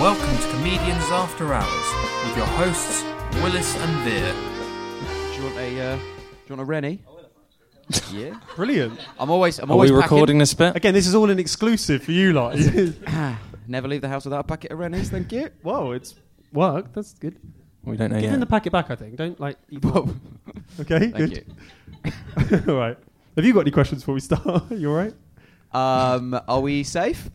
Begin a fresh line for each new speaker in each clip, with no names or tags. Welcome to Comedians After Hours with your hosts Willis and Veer.
Do you want a uh, do you want a Rennie? yeah.
Brilliant.
I'm always I'm
Are we
always packing-
recording this bit?
Again, this is all an exclusive for you lot.
Never leave the house without a packet of Rennies. Thank you.
Whoa, it's worked. That's good.
We don't know
Give
yet.
him the packet back, I think. Don't like. eat
Whoa.
Okay,
Thank
good. all right. Have you got any questions before we start? you all right?
you. Um, are we safe?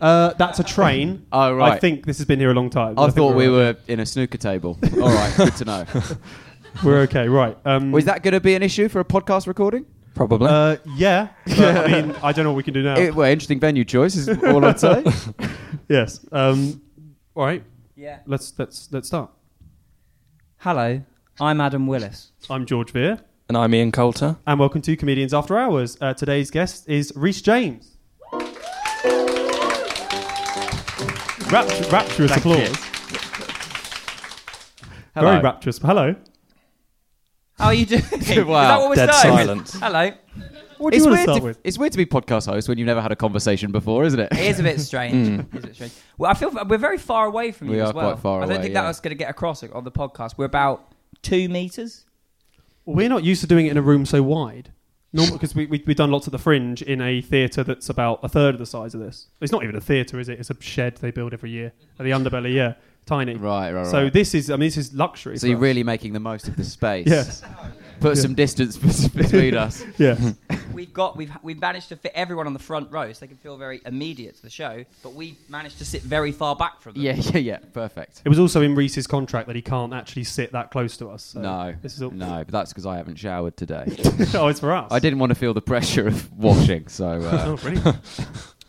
Uh, that's a train.
Oh, right.
I think this has been here a long time.
I,
think
thought
we're
we
all right.
were in a snooker table. All right, good to know.
We're okay, right. Um,
Was that going to be an issue for a podcast recording?
Probably.
Uh, yeah. But, I mean, I don't know what we can do now.
It, well, interesting venue choice is all I'd say.
yes. Um, all right.
Yeah.
Let's let's let's start.
Hello, I'm Adam Willis.
I'm George Veer,
and I'm Ian Coulter.
and welcome to Comedians After Hours. Uh, today's guest is Reese James. Rapt- rapturous applause.
Hello.
Very rapturous. Hello.
How are you doing? Is that what we're
Dead
starting with?
silence.
Hello.
What do
It's weird,
you want to start
to,
with?
it's weird to be podcast host when you've never had a conversation before, isn't
It
it?
is a bit strange. It is a bit strange. Well, I feel we're very far away from
Hmm. We
you
are
as well.
quite far
I don't
away,
think
yeah.
that's going to get across it on the podcast. We're about two meters.
Well, we're not used to doing it in a room so wide. Normal because we, we we've done lots at the Fringe in a theatre that's about a third of the size of this. It's not even a theatre, is it? It's a shed they build every year at the Underbelly. Yeah, tiny.
Right, right, right.
So this is I mean this is luxury.
So
for
you're
us.
really making the most of the space.
Yes.
Put
Yeah.
some distance between us.
Yeah.
We've got we've we've managed to fit everyone on the front row, so they can feel very immediate to the show. But we managed to sit very far back from them.
Yeah, yeah, yeah. Perfect.
It was also in Reese's contract that he can't actually sit that close to us. so
no,
This is all.
no, but that's because I haven't showered today.
oh, it's for us.
I didn't want to feel the pressure of washing, so uh,
Oh, brilliant.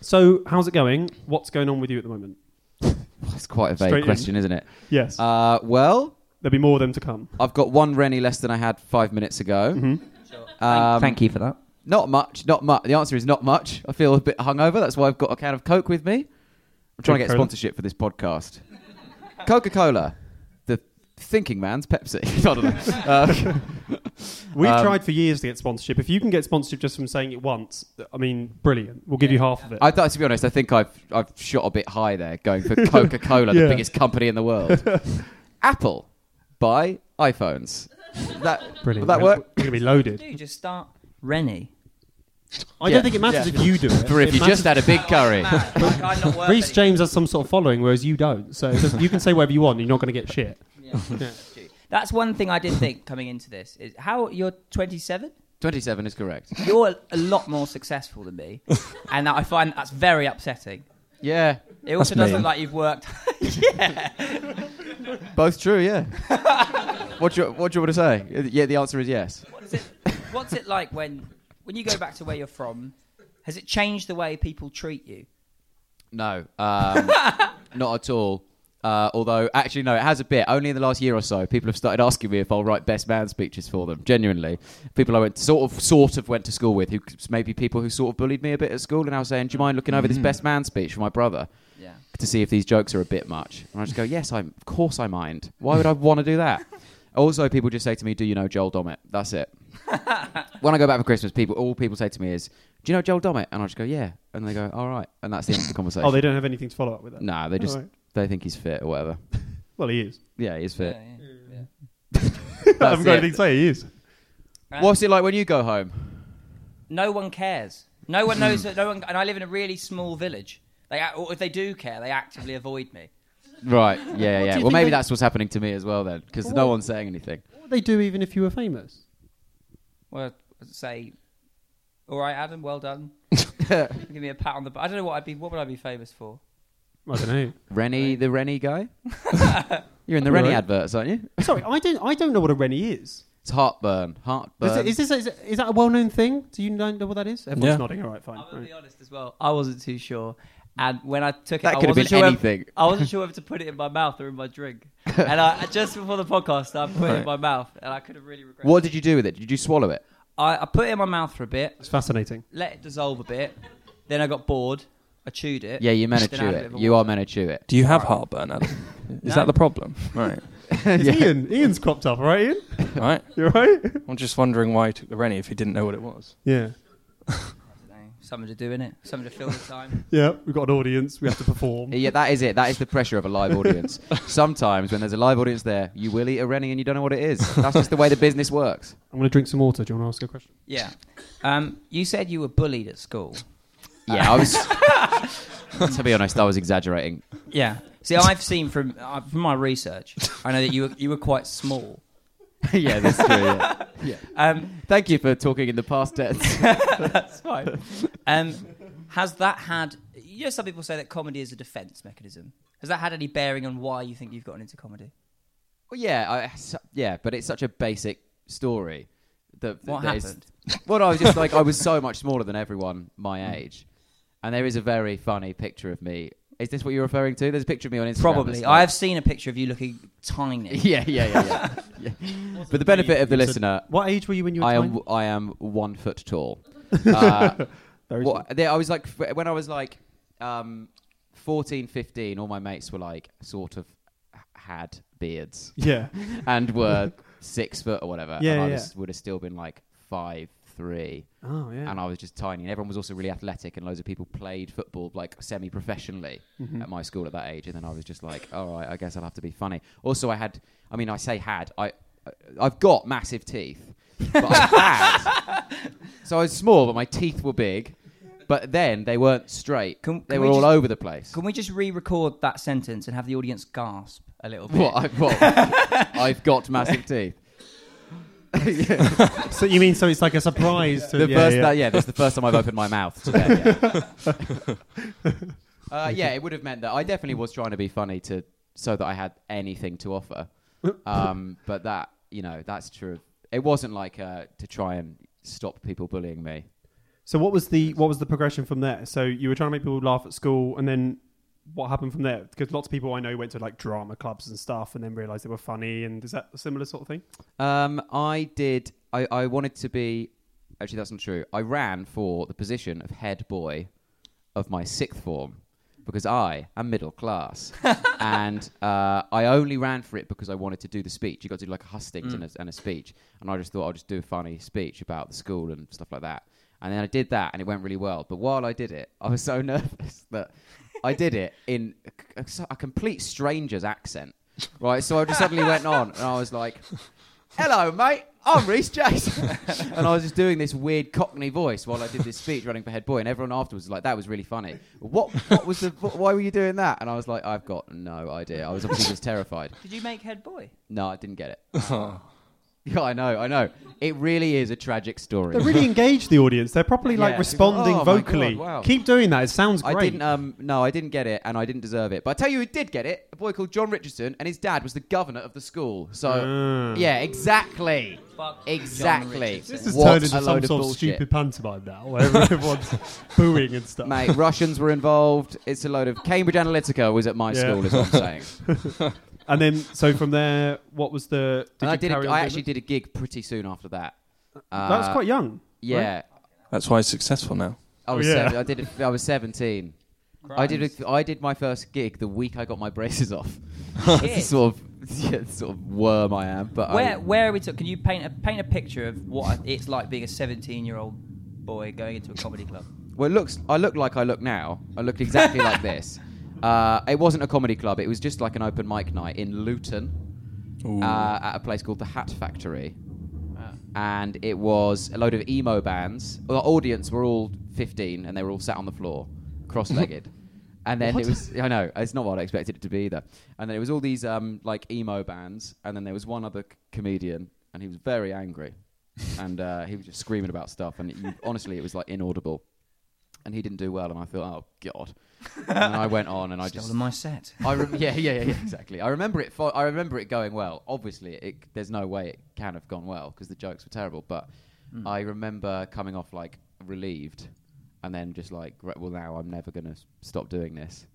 so, how's it going? What's going on with you at the moment?
it's quite a vague
Straight in.
question, isn't it?
Yes.
Uh, well,
There'll be more of them to come.
I've got one Rennie less than I had five minutes ago.
Mm-hmm.
Sure. Thank,
Um,
thank you for that.
Not much, not much. The answer is not much. I feel a bit hungover. That's why I've got a can of Coke with me. I'm trying to get
Coca-Cola.
sponsorship for this podcast. Coca Cola, the thinking man's Pepsi. I don't know. Uh,
We've
Um,
tried for years to get sponsorship. If you can get sponsorship just from saying it once, I mean, brilliant. We'll give you half of it.
I thought, to be honest, I think I've I've shot a bit high there, going for Coca Cola, the
Yeah.
biggest company in the world. Apple buy iPhones. That
brilliant.
Will that
We're-
work?
We're going to be loaded.
Do just start Rennie.
I
Yeah.
don't think it matters
Yeah.
if you do it.
Or if you just had a big curry.
Mad. Like, I'm not worth
Reese
anything.
James has some sort of following, whereas you don't. So it doesn't- you can say whatever you want, and you're not going to get shit.
That's one thing I did think coming into this is how you're 27.
Twenty-seven is correct.
You're a lot more successful than me, and I find that's very upsetting.
Yeah,
It also
That's
does
me.
look like you've worked.
both true. Yeah. what do you, what do you want to say? Yeah, the answer is yes.
What is it, what's it like when when you go back to where you're from? Has it changed the way people treat you?
No, um, not at all. Uh, although, actually, no, it has a bit. Only in the last year or so, people have started asking me if I'll write best man speeches for them. Genuinely, people I went sort of, sort of went to school with, who maybe people who sort of bullied me a bit at school, and I was saying, "Do you mind looking over this best man speech for my brother
Yeah.
to see if these jokes are a bit much?" And I just go, "Yes, I, of course, I mind. Why would I want to do that?" Also, people just say to me, "Do you know Joel Dommett?" That's it. when I go back for Christmas, people, all people say to me is, "Do you know Joel Dommett?" And I just go, "Yeah," and they go, "All right," and that's the end of the conversation.
Oh, they don't have anything to follow up with that.
No, they just
Alright.
they think he's fit or whatever.
Well, he is.
Yeah, he's fit.
I
That's
haven't got
it.
anything to say. He is.
yeah.
What's it like when you go home?
No one cares. No one
Hmm.
knows that. No one. And I live in a really small village. They, act- or if they do care, they actively avoid me.
Right. Yeah,
do
yeah.
you
Well,
think
maybe
they-
that's what's happening to me as well then, because no one's saying anything.
What would they do even if you were famous?
Well, I'd say, all right, Adam, well done. Give me a pat on the. back. I don't know what I'd be. What would I be famous for?
I don't know.
Rennie, the Rennie guy. You're in the
All
Rennie
right.
adverts, aren't you?
Sorry, I don't. I don't know what a rennie is.
It's heartburn. Heartburn.
Is, it, is this is, it- is that a well-known thing? Do you know know what that is? Um, Everyone's
Yeah.
nodding. All right, fine.
I'm
All
gonna
right.
be honest as well. I wasn't too sure, and when I took it,
That
I
could have
wasn't
been
sure whether-
anything.
I wasn't sure whether to put it in my mouth or in my drink. and I just before the podcast, I put it in
Right.
my mouth, and I could have really regretted.
what did you do with it? Did you swallow it?
I, I put it in my mouth for a bit,
It's fascinating.
let it dissolve a bit, then I got bored. I chewed it.
Yeah, you meant to
Then I
chew
had a bit
it.
of a
You
wa-
are meant to chew it.
Do you have heartburn, Adam? Is
No.
that the problem? Right.
It's Ian. Ian's cropped up. All right, Ian.
All right.
You're right.
I'm just wondering why he took the Rennie if he didn't know what it was.
Yeah.
I don't know. Something to do in it. Something to fill the time.
Yeah, we've got an audience. We have to perform.
Yeah, that is it. That is the pressure of a live audience. Sometimes when there's a live audience there, you will eat a rennie and you don't know what it is. That's just the way the business works.
I'm going to drink some water. Do you want to ask a question?
Yeah. Um, you said you were bullied at school.
Yeah, I was. to be honest, I was exaggerating.
Yeah. See, I've seen from uh, from my research, I know that you were, you were quite small.
yeah, that's true. Yeah.
Um,
Thank you for talking in the past tense.
that's fine. Um, has that had? You know, some people say that comedy is a defense mechanism. Has that had any bearing on why you think you've gotten into comedy?
Well, yeah, I, s- yeah, but it's such a basic story. That,
What
that is-
happened?
well, no, I was just like I was so much smaller than everyone
Mm.
my age, and there is a very funny picture of me. Is this what you're referring to? There's a picture of me on Instagram.
Probably.
that's like-
I have seen a picture of you looking tiny.
Yeah, yeah, yeah, yeah. yeah. But the benefit of the listener,
What age were you when you were
I am
tiny?
I am one foot tall. Uh,
Very
what- they- I was like when I was like um, 14, 15, All my mates were like sort of had beards
Yeah.
and were six foot or whatever.
Yeah,
and I
yeah.
was, would have still been like five three,
Oh yeah.
and I was just tiny. And everyone was also really athletic, and loads of people played football like semi professionally
Mm. Mm-hmm.
at my school at that age. And then I was just like, all right, I guess I'll have to be funny. Also, I had, I mean, I say had, I, I've got massive teeth, but I had. so I was small, but my teeth were big. But then they weren't straight.
Can- can
they
we
were all
just-
over the place.
Can we just re-record that sentence and have the audience gasp a little bit?
what? I, what? I've got massive teeth. Yeah.
So you mean so it's like a surprise to
the
yeah,
first,
yeah.
yeah. yeah, that's the first time I've opened my mouth today. Yeah. uh, yeah, it would have meant that I definitely was trying to be funny to so that I had anything to offer. Um, but that, you know, that's true. It wasn't like uh, to try and stop people bullying me.
So what was the what was the progression from there? So you were trying to make people laugh at school, and then what happened from there? Because lots of people I know went to like drama clubs and stuff, and then realised they were funny. And is that a similar sort of thing?
Um, I did. I, I wanted to be. Actually, that's not true. I ran for the position of head boy of my sixth form because I am middle class, and uh, I only ran for it because I wanted to do the speech. You got to do like a hustings and, a, and a speech, and I just thought I'll just do a funny speech about the school and stuff like that. And then I did that, and it went really well. But while I did it, I was so nervous that I did it in a, a- a complete stranger's accent, right? So I just suddenly went on, and I was like, hello, mate. I'm Reese James. and I was just doing this weird Cockney voice while I did this speech running for head boy, and everyone afterwards was like, that was really funny. What, what was the, wh- why were you doing that? And I was like, I've got no idea. I was obviously just terrified.
Did you make head boy?
No, I didn't get it. Yeah, I know, I know. It really is a tragic story.
They really engage the audience. They're properly like
Yeah.
responding
Oh my
vocally.
God, wow.
Keep doing that. It sounds
I
great.
didn't. Um, no, I didn't get it, and I didn't deserve it. But I tell you, who did get it? A boy called John Richardson, and his dad was the governor of the school. So,
Mm.
yeah, exactly,
Fuck John
exactly.
Richardson.
This has
What
turned
a
into some
load
sort of
bullshit.
stupid pantomime now, where everyone's booing and stuff.
Mate, Russians were involved. It's a load of Cambridge Analytica was at my
Yeah.
school, is what I'm saying.
And then, so from there, what was the? Did
and
you
I did. A,
carry on
I
doing
actually
this?
did a gig pretty soon after that. Uh,
That was quite young.
Yeah,
That's why he's successful now.
I was.
Oh, yeah.
Seven, I did. A, I was 17. I did. A, I did my first gig the week I got my braces off. That's the
Shit.
sort of yeah, the sort of worm I am. But
Where
I,
where are we? To, can you paint a paint a picture of what it's like being a seventeen year old boy going into a comedy club?
Well, it looks. I look like I look now. I looked exactly like this. Uh, it wasn't a comedy club. It was just like an open mic night in Luton,
Ooh.
uh, at a place called the Hat Factory, and it was a load of emo bands. The audience were all 15, and they were all sat on the floor, cross-legged. And then it was, I know, it's not what I expected it to be either. And then it was all these um, like emo bands, and then there was one other c- comedian, and he was very angry, and uh, he was just screaming about stuff, and you, honestly, it was like inaudible and he didn't do well, and I thought, oh god. and I went on, and I just,
Stolen my set.
I rem- yeah, yeah, yeah, yeah, exactly. I remember it. Fo- I remember it going well. Obviously, it, there's no way it can have gone well because the jokes were terrible. But I remember coming off like relieved, and then just like, right, well, now I'm never gonna s- stop doing this.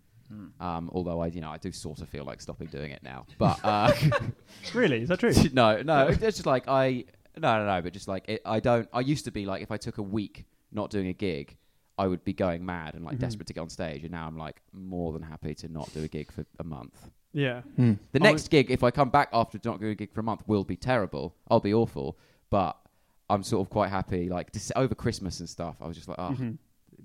Um, although I, you know, I do sort of feel like stopping doing it now. But uh,
Really? Is that true?
no, no, it's just like I no, no, no, but just like it, I don't. I used to be like if I took a week not doing a gig, I would be going mad and like desperate to get on stage, and now I'm like more than happy to not do a gig for a month.
yeah.
The
I
next gig, if I come back after not doing a gig for a month, will be terrible. I'll be
Mm-hmm.
awful, but I'm sort of quite happy. Like to, s- over Christmas and stuff, I was just like, oh,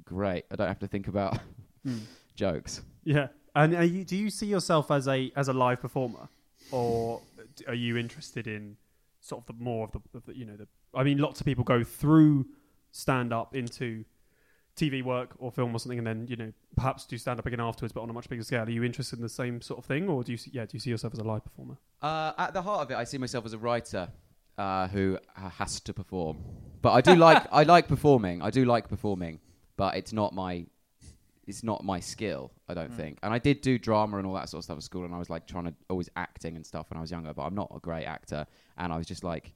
Great. I don't have to think about
Mm.
jokes.
Yeah. And are you, do you see yourself as a as a live performer, or d- are you interested in sort of the more of the, of the you know the? I mean, lots of people go through stand up into TV work or film or something, and then you know perhaps do stand up again afterwards, but on a much bigger scale. Are you interested in the same sort of thing, or do you see, yeah do you see yourself as a live performer?
Uh, at the heart of it, I see myself as a writer uh, who ha- has to perform. But I do like I like performing. I do like performing, but it's not my it's not my skill. I don't think. And I did do drama and all that sort of stuff at school, and I was like trying to always acting and stuff when I was younger. But I'm not a great actor, and I was just like.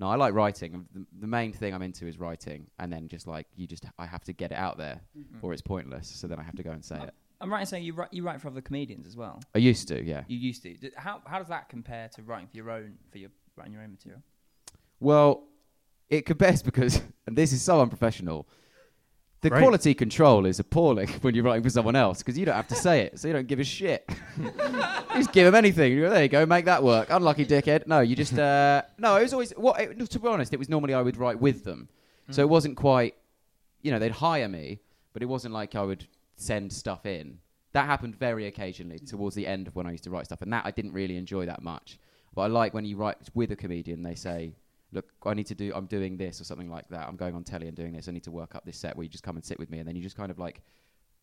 No, I like writing. And The, the main thing I'm into is writing, and then just like you, just I have to get it out there, or it's pointless. So then I have to go and say it.
I'm right in saying you write, you write for other comedians as well.
I used to, yeah.
You used to. D- How, how does that compare to writing for your own for your writing your own material?
Well, it could best because, and this is so unprofessional. The
Right.
quality control is appalling when you're writing for someone else because you don't have to say it, so you don't give a shit. you just give them anything. You go, there you go, make that work. Unlucky dickhead. No, you just uh, no. It was always what. It, no, to be honest, it was normally I would write with them, so it wasn't quite. You know, they'd hire me, but it wasn't like I would send stuff in. That happened very occasionally towards the end of when I used to write stuff, and that I didn't really enjoy that much. But I like when you write with a comedian, they say, look, I need to do, I'm doing this or something like that. I'm going on telly and doing this. I need to work up this set where you just come and sit with me. And then you just kind of like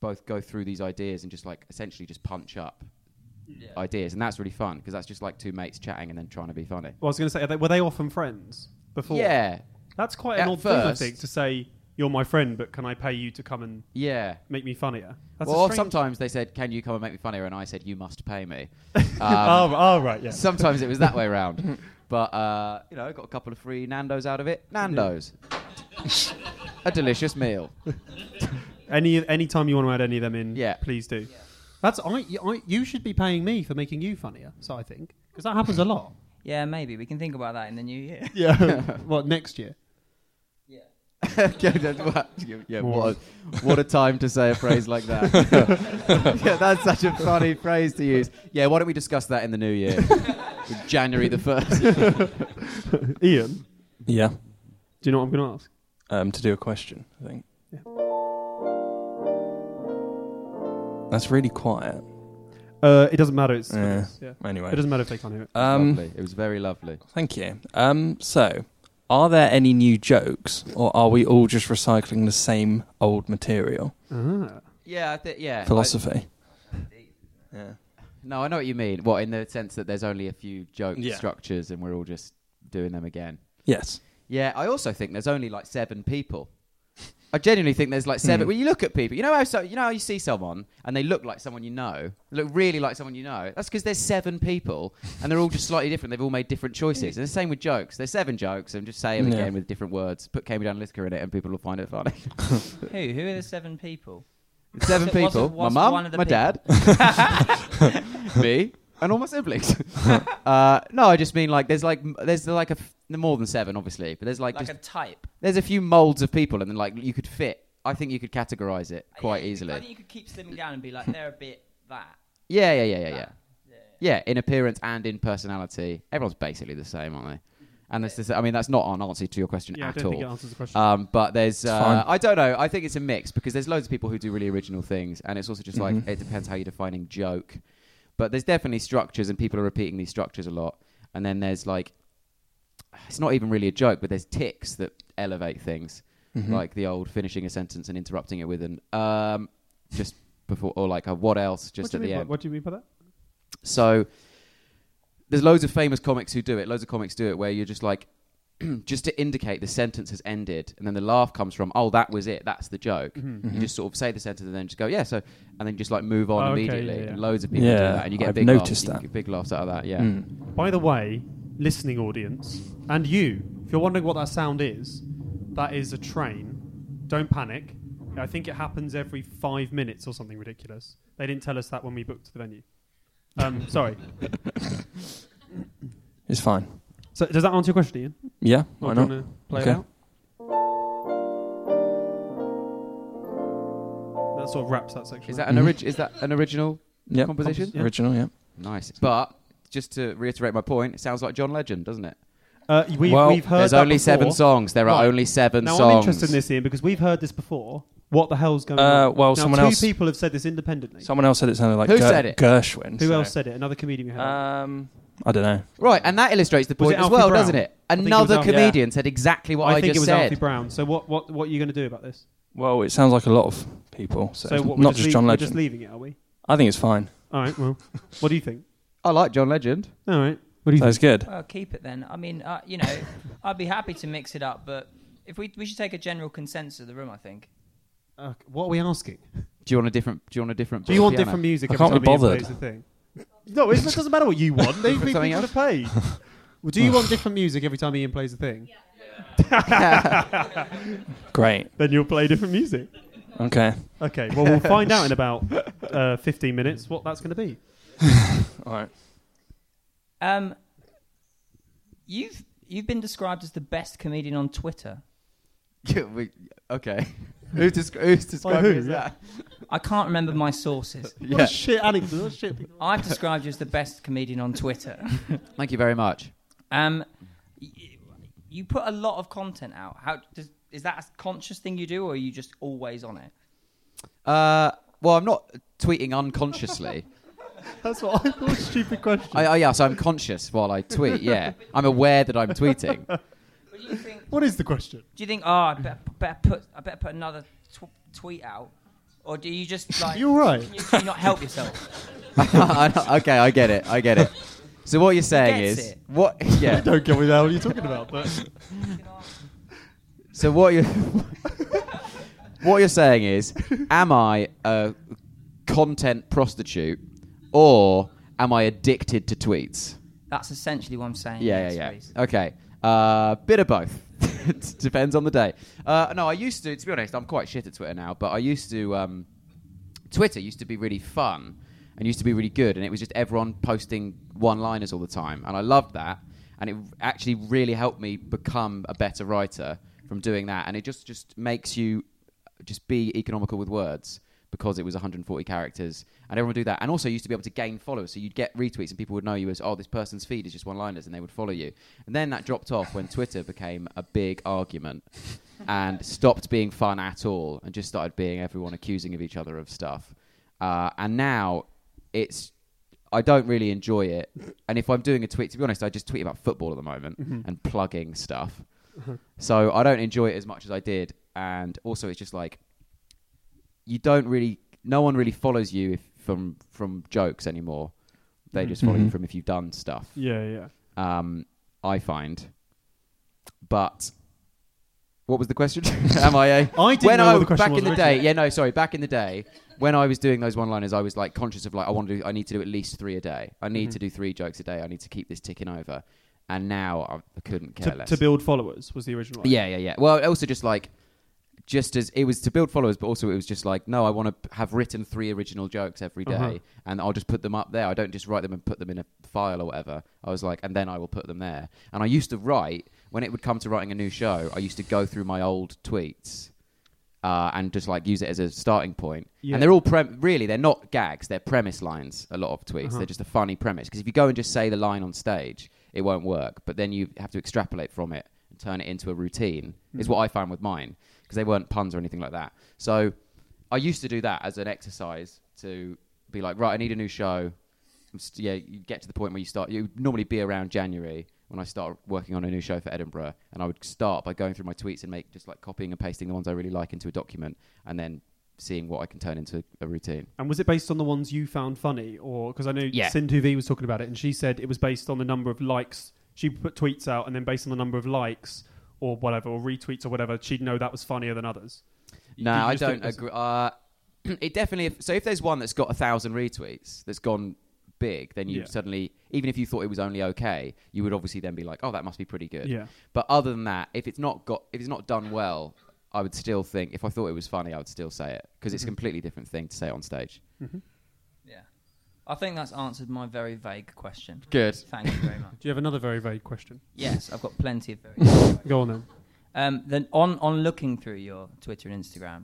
both go through these ideas and just like essentially just punch up
Yeah.
ideas. And that's really fun because that's just like two mates chatting and then trying to be funny.
Well, I was going to say, are they, were they often friends before?
Yeah.
That's quite an
At
odd thing, I
first.
think, to say you're my friend, but can I pay you to come and
Yeah.
make me funnier? That's a
well,
strange-
sometimes they said, "Can you come and make me funnier?" And I said, "You must pay me."
oh,
Um,
oh, right, yeah.
Sometimes it was that way around. But, uh, you know, got a couple of free Nando's out of it. Nando's. a delicious meal.
Any any time you want to add any of them in,
Yeah.
please do. That's I, I. You should be paying me for making you funnier. So I think because that happens a lot.
Yeah, maybe we can think about that in the new year.
Yeah. what next year?
Yeah.
yeah, that's what, yeah, what, a, what a time to say a phrase like that. yeah, that's such a funny phrase to use. Yeah, why don't we discuss that in the new year? January the 1st.
Ian,
Yeah.
do you know what I'm going to ask?
Um, to do a question, I think.
Yeah.
That's really quiet.
Uh, it doesn't matter. It's
Yeah.
yeah. It
Anyway.
doesn't matter if they can't hear it.
Um,
lovely. It was very lovely.
thank you. Um, so, are there any new jokes, or are we all just recycling the same old material?
Ah.
Yeah, I think, yeah.
Philosophy. yeah.
no, I know what you mean. What, in the sense that there's only a few joke
Yeah.
structures and we're all just doing them again.
Yes.
Yeah, I also think there's only like seven people. I genuinely think there's like seven.
Hmm.
When you look at people, you know how so, you know how you see someone and they look like someone you know, they look really like someone you know. That's because there's seven people and they're all just slightly different. They've all made different choices. And the same with jokes. There's seven jokes and just say them
Yeah.
again with different words. Put Cambridge Analytica in it and people will find it funny.
Who? Who are the seven people?
seven
So what's-
people.
what's
my
one
mum,
of the
my dad, me, and all my siblings. uh, no, I just mean like there's like m- there's like a f- more than seven, obviously, but there's like,
Like,
just
a type.
there's a few molds of people, and then like you could fit. I think you could categorize it quite
Yeah, I
easily.
think you could keep slimming down and be like, they're a bit that.
Yeah, yeah, yeah, yeah, yeah.
that.
Yeah, in appearance and in personality, everyone's basically the same, aren't they? And that's just, I mean, that's not an answer to your question
Yeah, I
at
don't think it
all.
answers the question.
Um, but there's,
fine.
uh, I don't know. I think it's a mix because there's loads of people who do really original things, and it's also just like
Mhm.
it depends how you're defining joke. But there's definitely structures, and people are repeating these structures a lot. And then there's like, it's not even really a joke, but there's ticks that elevate things.
Mm-hmm.
Mhm.
like the old finishing a sentence and interrupting it with an um just before or like a what else
what,
just
do
at the
you mean by,
end.
what do you mean by that?
So there's loads of famous comics who do it. Loads of comics do it where you're just like just to indicate the sentence has ended and then the laugh comes from oh that was it that's the joke
Mm-hmm.
you just sort of say the sentence and then just go yeah so and then just like move on
Oh, okay,
immediately
yeah, yeah.
and loads of people do
Yeah,
that and you get
I've
big
noticed
laughs.
that.
You get big laughs out of that yeah
Mm.
By the way, listening audience, and you, if you're wondering what that sound is, that is a train. Don't panic. I think it happens every five minutes or something ridiculous. They didn't tell us that when we booked the venue. Um, sorry.
It's fine.
So does that answer your question, Ian?
Yeah.
Or
Why
do you
not?
wanna Play
Okay.
it out. That sort of wraps that section.
is
up.
that an
Mhm.
orig- is that an original
Yeah.
composition
Yeah.
Original. Yeah.
nice but just to reiterate my point it sounds like John Legend doesn't it
Uh, we,
Well,
we've heard
There's
that
only seven
before.
songs. There are
Right.
only seven
Now
songs.
I'm interested in this, Ian, because we've heard this before. What the hell's going
Uh,
on?
well,
now,
someone
two
else-
people have said this independently.
Someone else said it sounded like
Who
Ger-
said it?
Gershwin.
Who
so-
else said it? Another comedian we heard.
uh,
Um, I don't know.
Right, and that illustrates the
Was
point
it
as
Alfie
well,
Brown?
doesn't it?
I think it was
Another
Alfie-
comedian said exactly what I,
I, think
just
it was
said.
Alfie Brown. So what, what, what are you going to do about this?
Well, it sounds like a lot of people. So,
So what, we're
not just
leave-
John
We're just
Legend.
leaving it, are we?
I think it's fine.
All right. Well, what do you think?
I like John Legend.
All right. What do you
That was good.
Well, keep it then. I mean, uh, you know, I'd be happy to mix it up, but if we we should take a general consensus of the room, I think.
think? Uh, what are we asking?
Do you want a different? Do you want a different?
Do you want
piano?
different music?
I
every
can't be
time Ian
bothered.
Plays the thing? No, it's- it doesn't matter what you want. They people
something
have paid. Well, do you want different music every time Ian plays the thing?
Great.
Then you'll play different music.
Okay.
Okay. Well, we'll find out in about uh, 15 minutes what that's going to be.
All right.
Um, you've you've been described as the best comedian on Twitter.
Yeah, we- okay. who's, descri- who's describing
who?
as that?
I can't remember my sources.
What
Yeah.
a shit anecdote. What a shit.
I've described you as the best comedian on Twitter.
Thank you very much.
Um, y- you put a lot of content out. How does is that a conscious thing you do, or are you just always on it?
Uh, well, I'm not tweeting unconsciously.
That's what I thought. Stupid question.
I, I, yeah, so I'm conscious while I tweet. Yeah, I'm aware that I'm tweeting.
What do you think?
what is the question?
Do you think? Oh, I better, better put I better put another tw- tweet out, or do you just like
You're right.
can you, can you not help yourself?
okay, I get it. I get it. So what you're saying
gets
is
it.
what? Yeah.
Don't get me down. What are you talking about? But
So what you what you're saying is, am I a content prostitute or am I addicted to tweets?
That's essentially what I'm saying.
Yeah,
yes,
yeah,
please.
yeah. Okay, uh, bit of both. It Depends on the day. Uh, no, I used to. To be honest, I'm quite shit at Twitter now, but I used to. Um, Twitter used to be really fun and used to be really good, and it was just everyone posting one-liners all the time, and I loved that, and it actually really helped me become a better writer from doing that, and it just just makes you just be economical with words because it was 140 characters and everyone would do that and also you used to be able to gain followers so you'd get retweets and people would know you as oh this person's feed is just one liners and they would follow you and then that dropped off when twitter became a big argument and stopped being fun at all and just started being everyone accusing of each other of stuff uh, and now it's I don't really enjoy it. And if I'm doing a tweet, to be honest, I just tweet about football at the moment and plugging stuff. So I don't enjoy it as much as I did. And also, it's just like you don't really, no one really follows you if, from from jokes anymore. They just follow you
Mhm.
from if you've done stuff.
yeah, yeah.
Um, I find. But what was the question? Am I a
I didn't
when
know
I
what the question
back
was
in the
originally.
day, yeah, no, sorry, back in the day when I was doing those one-liners, I was like conscious of like I want to do, I need to do at least three a day. I
Mm-hmm.
need to do three jokes a day. I need to keep this ticking over. And now I couldn't care
To,
less.
to build followers was the original. idea.
yeah, yeah, yeah. Well, also just like just as it was to build followers, but also it was just like no, I want to have written three original jokes every day,
Uh-huh.
and I'll just put them up there. I don't just write them and put them in a file or whatever. I was like, and then I will put them there. And I used to write when it would come to writing a new show. I used to go through my old tweets uh, and just like use it as a starting point.
Yeah.
And they're all prem- really they're not gags; they're premise lines. A lot of tweets
Uh-huh.
they're just a funny premise because if you go and just say the line on stage, it won't work. But then you have to extrapolate from it and turn it into a routine. Is what I found with mine because they weren't puns or anything like that. So I used to do that as an exercise to be like, right, I need a new show. I'm st- yeah, you get to the point where you start. You would normally be around January when I start working on a new show for Edinburgh, and I would start by going through my tweets and make just like copying and pasting the ones I really like into a document, and then seeing what I can turn into a routine.
And was it based on the ones you found funny, or because I know
Yeah.
Sindhu V was talking about it, and she said it was based on the number of likes she put tweets out, and then based on the number of likes or whatever, or retweets or whatever, she'd know that was funnier than others.
No,
Did you
I
just think
don't
that's-
agree. Uh, it definitely. If, so if there's one that's got a thousand retweets that's gone big, then you
Yeah.
suddenly, even if you thought it was only okay, you would obviously then be like, oh, that must be pretty good.
Yeah.
But other than that, if it's not got, if it's not done well, I would still think. If I thought it was funny, I would still say it because
Mm-hmm.
it's a completely different thing to say it on stage.
Yeah. I think that's answered my very vague question.
Good.
Thank you very much.
Do you have another very vague question?
Yes, I've got plenty of very.
Go on then.
um, then on on looking through your Twitter and Instagram,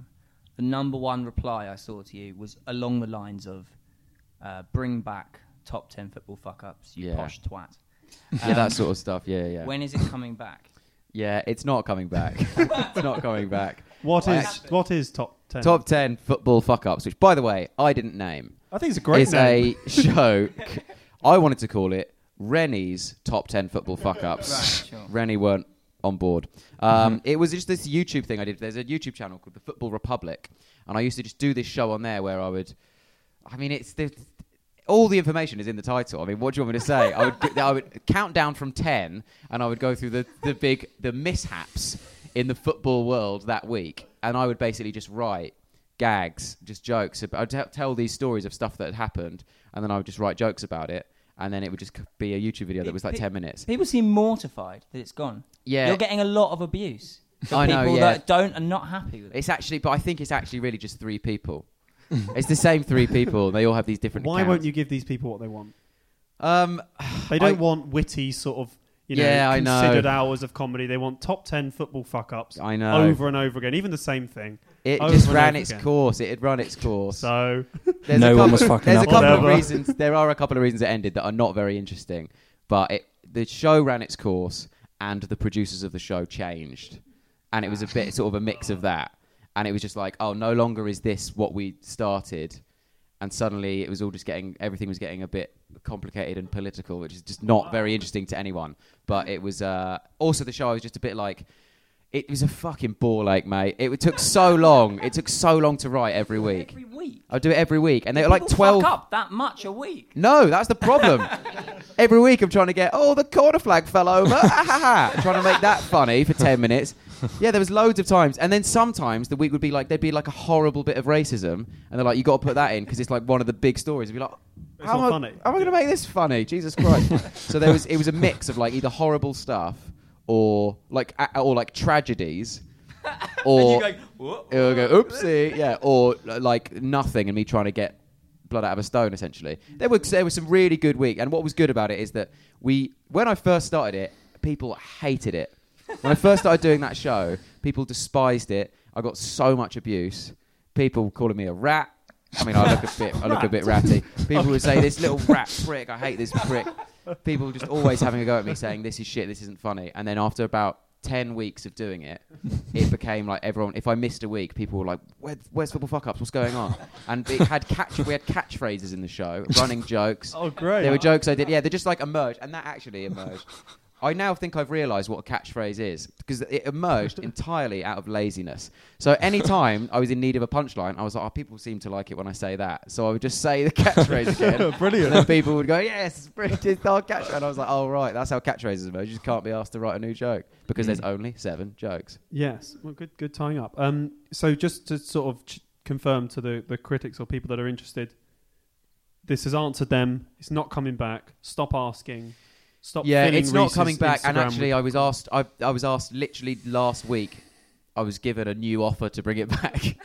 the number one reply I saw to you was along the lines of, uh, "Bring back top ten football fuck ups, you
Yeah.
posh twat." Um,
yeah,
Um,
that sort of stuff. Yeah, yeah.
When is it coming back?
yeah, it's not coming back. it's not coming back.
What
I
is what is top ten?
Top 10 football fuck ups, which, by the way, I didn't name.
I think it's a great
is
name.
a show. c- I wanted to call it Rennie's Top 10 Football Fuck Ups.
Right, sure.
Rennie weren't on board. Um, It was just this YouTube thing I did. There's a YouTube channel called The Football Republic, and I used to just do this show on there where I would. I mean, it's the. All the information is in the title. I mean, what do you want me to say? I would, g- I would count down from 10 and I would go through the, the big, the mishaps in the football world that week. And I would basically just write gags, just jokes. ab- I'd t- tell these stories of stuff that had happened, and then I would just write jokes about it, and then it would just c- be a YouTube video that was like
Pe-
ten minutes.
People seem mortified that it's gone.
Yeah.
You're getting a lot of abuse. from
I know,
People
yeah.
that don't are not happy with it.
It's actually, but I think it's actually really just three people. it's the same three people. and They all have these different.
Why
accounts.
won't you give these people what they want?
Um,
They don't
I-
want witty sort of you know
Yeah, I know.
considered hours of comedy. They want top ten football fuck ups
I know.
over and over again, even the same thing.
it
Over
just
and
ran
over
its
again.
course. It had run its course.
So
There's
No
a
one
couple,
was fucking
There's
up
a
on
couple
that.
of reasons. There are a couple of reasons it ended that are not very interesting, but it, the show ran its course, and the producers of the show changed, and it was a bit sort of a mix of that, and it was just like, oh, no longer is this what we started, and suddenly it was all just getting everything was getting a bit complicated and political, which is just not very interesting to anyone. But it was uh, also the show. I was just a bit like. It was a fucking ball ache, mate. It took so long. It took so long to write every week.
Every week.
I do it every week, and they're like
People
twelve.
Fuck up that much a week.
No, that's the problem. every week I'm trying to get oh the corner flag fell over, Ah, ha, ha. trying to make that funny for ten minutes. Yeah, there was loads of times, and then sometimes the week would be like there'd be like a horrible bit of racism, and they're like you got to put that in because it's like one of the big stories. It'd be like.
It's
how am
not
I-
funny.
How am I going to make this funny? Jesus Christ! so there was it was a mix of like either horrible stuff or like a- or like tragedies, or
and you go, "Whoa."
it will go oopsie yeah or uh, like nothing and me trying to get blood out of a stone essentially there was there was some really good week and what was good about it is that we when i first started it people hated it when i first started doing that show people despised it i got so much abuse people calling me a rat i mean i look a bit i look a bit ratty people would say this little rat prick i hate this prick people just always having a go at me saying this is shit this isn't funny and then after about 10 weeks of doing it it became like everyone if i missed a week people were like Where, where's football fuck ups what's going on and it had catch we had catchphrases in the show running jokes
oh great.
there were jokes i did yeah they just like emerged and that actually emerged i now think i've realized what a catchphrase is because it emerged entirely out of laziness so anytime i was in need of a punchline i was like oh people seem to like it when i say that so i would just say the catchphrase again
Brilliant.
and then people would go, yes, it's our catchphrase. And I was like, oh, right, that's how catchphrases emerge. You just can't be asked to write a new joke because there's only seven jokes.
Yes, well, good, good tying up. Um, so just to sort of ch- confirm to the, the critics or people that are interested, this has answered them. It's not coming back. Stop asking. Stop.
yeah,
filling
it's not
Reese's
coming back. and
Instagram
actually,
with-
I was asked, I, I was asked literally last week, I was given a new offer to bring it back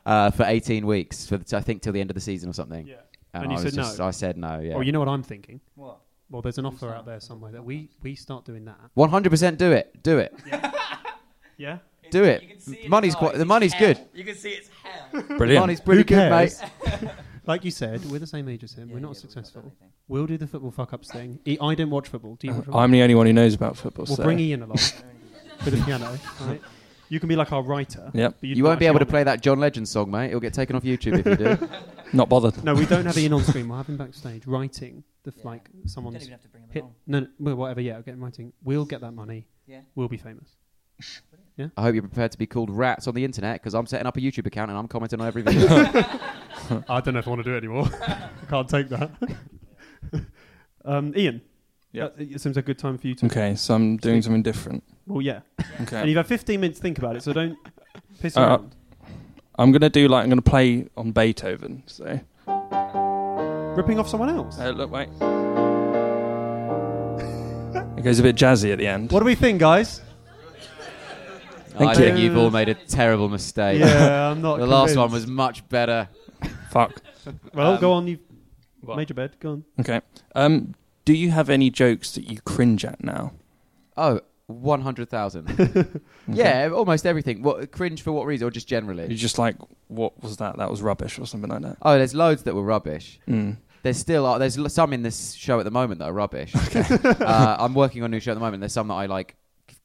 uh, for 18 weeks, for the, I think till the end of the season or something.
Yeah.
And,
And you
I was
said no?
just, I said no, yeah.
Well, Oh, you know what I'm thinking.
What?
Well, there's an offer out there somewhere that we we start doing that.
100% do it. Do it.
Yeah.
Do it.
You can see in
Money's
his
quite,
eyes,
the
it's
money's
hell.
good.
You can see it's hell.
Brilliant.
Money's pretty
Who
good, mate.
cares? like you said, we're the same age as him.
Yeah,
we're
yeah,
not
we've
successful.
done everything.
We'll do the football fuck ups thing. I I don't watch football. Do you
Uh,
watch football?
I'm the only one who knows about football.
we'll
so.
bring Ian along with a piano. Right? You can be like our writer.
Yep.
but you're
You
not
won't be able
actually
to
on
play that John Legend song, mate. It'll get taken off YouTube if you do.
Not bothered.
No, we don't have Ian on screen. We'll have him backstage writing the
Yeah.
like
You don't
someone's
even have to bring him
hit.
along.
No, no, well, whatever. Yeah, I'll get him writing. We'll get that money.
Yeah.
We'll be famous.
I hope you're prepared to be called rats on the internet because I'm setting up a YouTube account and I'm commenting on every video.
I don't know if I want to do it anymore. I can't take that. um, Ian.
Yeah.
that- It seems a good time for you to.
Okay, so I'm doing something different.
Well, yeah. And
Okay.
you've had 15 minutes to think about it, so don't piss
Uh,
around.
I'm going to do like, I'm going to play on Beethoven. So.
Ripping off someone else.
Oh, look, wait. It goes a bit jazzy at the end.
what do we think, guys?
I
Thank
think
you.
you've all made a terrible mistake.
yeah, I'm
the
not.
last
convinced.
one was much better.
Fuck.
Well,
um,
go on. You've
what?
made your bed. Go on.
Okay. Um, do you have any jokes that you cringe at now?
Oh, 100,000. yeah, almost everything. What Cringe for what reason or just
You're
generally?
just like, what was that? That was rubbish or something like that.
Oh, there's loads that were rubbish.
Mm.
There's still uh, there's l- some in this show at the moment that are rubbish. uh, I'm working on a new show at the moment. There's some that I like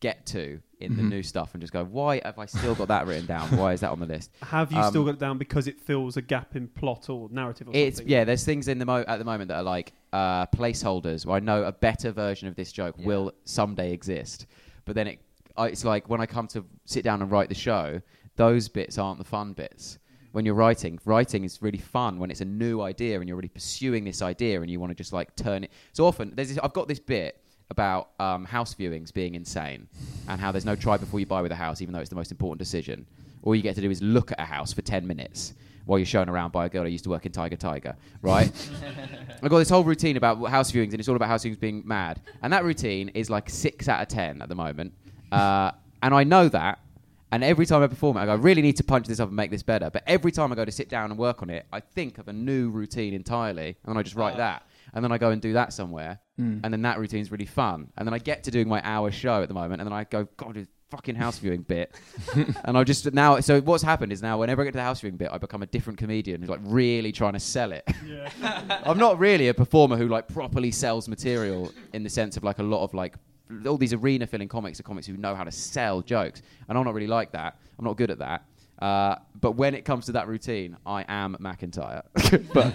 get to in the
Mhm.
new stuff and just go, why have I still got that written down? Why is that on the list?
Have you
Um,
still got it down because it fills a gap in plot or narrative? Or
It's
something?
yeah. There's things in the mo- at the moment that are like uh, placeholders where I know a better version of this joke
Yeah.
will someday exist, but then it I, it's like when I come to sit down and write the show, those bits aren't the fun bits. When you're writing, writing is really fun when it's a new idea and you're really pursuing this idea and you want to just like turn it. So often there's this, I've got this bit about um, house viewings being insane and how there's no try before you buy with a house, even though it's the most important decision. All you get to do is look at a house for 10 minutes while you're shown around by a girl who used to work in Tiger Tiger, right? I've got this whole routine about house viewings, and it's all about house viewings being mad. And that routine is like six out of 10 at the moment. Uh, and I know that. And every time I perform it, I go, I really need to punch this up and make this better. But every time I go to sit down and work on it, I think of a new routine entirely, and then I just write that. And then I go and do that somewhere and then that routine's really fun. And then I get to doing my hour show at the moment, and then I go, God, this fucking house viewing bit. and I just now, so what's happened is now, whenever I get to the house viewing bit, I become a different comedian who's like really trying to sell it. I'm not really a performer who like properly sells material in the sense of like a lot of like all these arena filling comics are comics who know how to sell jokes, and I'm not really like that. I'm not good at that. Uh, but when it comes to that routine, I am McIntyre, but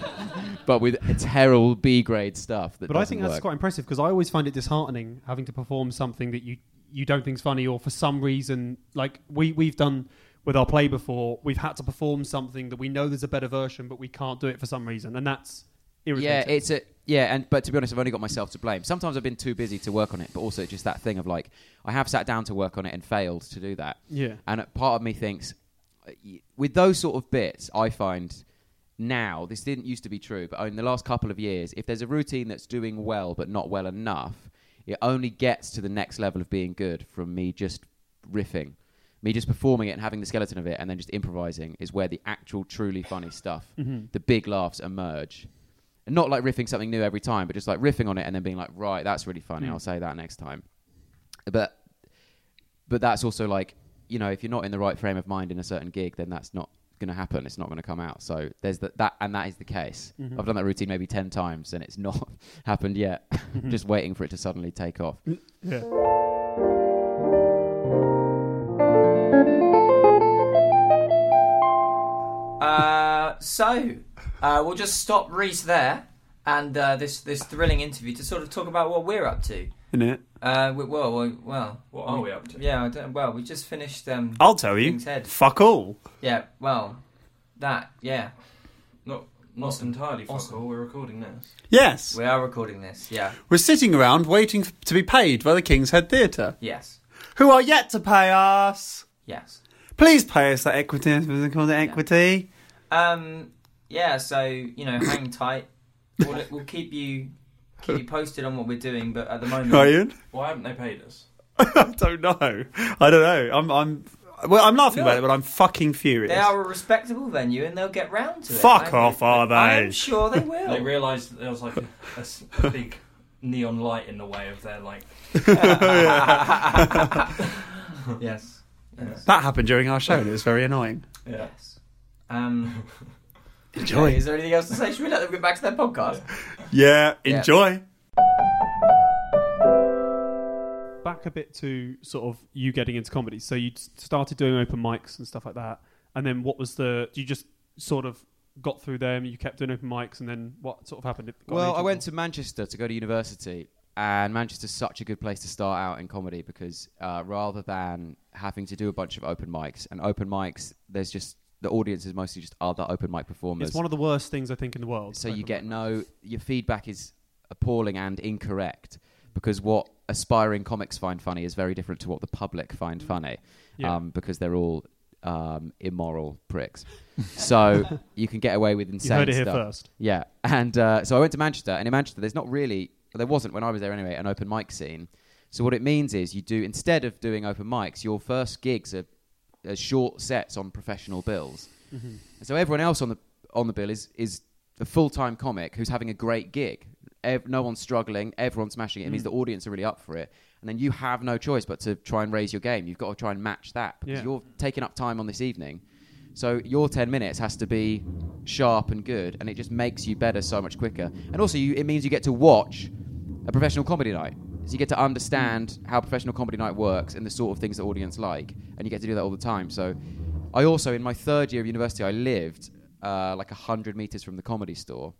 but with terrible B grade stuff. That
But I
doesn't
think that's
work.
quite impressive because I always find it disheartening having to perform something that you you don't think's funny or for some reason like we we've done with our play before we've had to perform something that we know there's a better version but we can't do it for some reason and that's irritating.
Yeah, it's a yeah, and but to be honest, I've only got myself to blame. Sometimes I've been too busy to work on it, but also just that thing of like I have sat down to work on it and failed to do that.
yeah.
And part of me thinks, uh, y- with those sort of bits, I find now this didn't used to be true, but in the last couple of years, if there's a routine that's doing well but not well enough, it only gets to the next level of being good from me just riffing. Me just performing it and having the skeleton of it and then just improvising is where the actual truly funny stuff,
Mm-hmm.
the big laughs emerge. And not like riffing something new every time, but just like riffing on it and then being like, right, that's really funny. I'll say that next time. But but that's also like you know if you're not in the right frame of mind in a certain gig then that's not going to happen it's not going to come out so there's that that and that is the case i've done that routine maybe 10 times and it's not happened yet just waiting for it to suddenly take off
Yeah.
Uh, so uh, we'll just stop Reese there and uh, this this thrilling interview to sort of talk about what we're up to.
Innit?
Uh, we, well, we, well,
What are we up to?
yeah. I don't, well, we just finished. Um,
I'll tell you.
King's Head.
Fuck all.
yeah. Well, that. Yeah,
Not not
Awesome.
entirely fuck
Awesome.
all. We're recording this.
Yes.
we are recording this. Yeah.
We're sitting around waiting f- to be paid by the King's Head Theatre,
Yes.
who are yet to pay us.
Yes.
Please pay us that equity. It's been called the equity.
Um, yeah. So you know, hang tight. We'll, we'll keep you keep you posted on what we're doing, but at the moment,
Are you?
Why haven't they paid us?
I don't know. I don't know. I'm. I'm. Well, I'm laughing about it,
No.
but I'm fucking furious.
They are a respectable venue, and they'll get round to it.
Fuck
I-
off, are they?
I'm sure they will.
They realised that there was like a, a s- a big neon light in the way of their like.
yes. Yes.
That happened during our show, and it was very annoying.
Yeah.
yes. Um,
Enjoy.
Is there anything else to say? Should we let them get back to their podcast?
Yeah,
Yeah.
enjoy.
back a bit to sort of you getting into comedy. So you started doing open mics and stuff like that, and then what was the? You just sort of got through them. You kept doing open mics, and then what sort of happened? It got
well i
an
went
agent
to manchester to go to university and manchester's such a good place to start out in comedy because uh, rather than having to do a bunch of open mics and open mics there's just the audience is mostly just other open mic
or-
performers
It's one of the worst things I think in the world.
So you
open
get
mic.
no. Your feedback is appalling and incorrect because what aspiring comics find funny is very different to what the public find funny,
Mm. Yeah.
um, because they're all um, immoral pricks. so you can get away with
You
insane
heard it here
stuff.
first.
Yeah, and uh, so I went to Manchester, and in Manchester, there's not really, there wasn't when I was there anyway, an open mic scene. So what it means is you do instead of doing open mics, your first gigs are, are short sets on professional bills,
Mm-hmm.
and so everyone else on the on the bill is is a full time comic who's having a great gig. Ev- no one's struggling, everyone's smashing it. It means the audience are really up for it, and then you have no choice but to try and raise your game. You've got to try and match that because
Yeah.
you're taking up time on this evening So your 10 minutes has to be sharp and good, and it just makes you better so much quicker. And also, you, it means you get to watch a professional comedy night. So you get to understand how professional comedy night works and the sort of things the audience like, and you get to do that all the time. So I also, in my third year of university, I lived uh, like 100 meters from the comedy store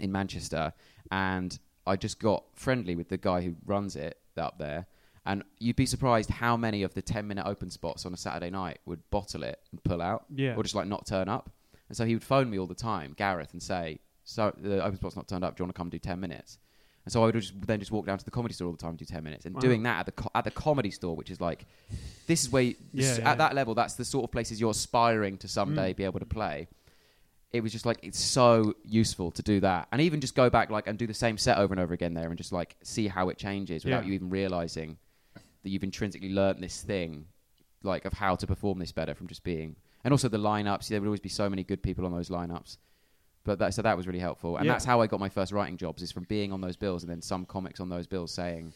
in Manchester, and I just got friendly with the guy who runs it up there. And you'd be surprised how many of the ten-minute open spots on a Saturday night would bottle it and pull out,
Yeah.
or just like not turn up. And so he would phone me all the time, Gareth, and say, "So the open spot's not turned up. Do you want to come do ten minutes?" And so I would just, then just walk down to the comedy store all the time and do ten minutes. And
Wow.
doing that at the co- at the comedy store, which is like, this is where you,
Yeah,
s-
yeah. Mm.
at that level, that's the sort of places you're aspiring to someday be able to play it was just like it's so useful to do that and even just go back like and do the same set over and over again there and just like see how it changes without
Yeah.
you even realizing that you've intrinsically learned this thing like of how to perform this better from just being and also the lineups there would always be so many good people on those lineups but that so that was really helpful and
Yeah.
that's how I got my first writing jobs is from being on those bills and then some comics on those bills saying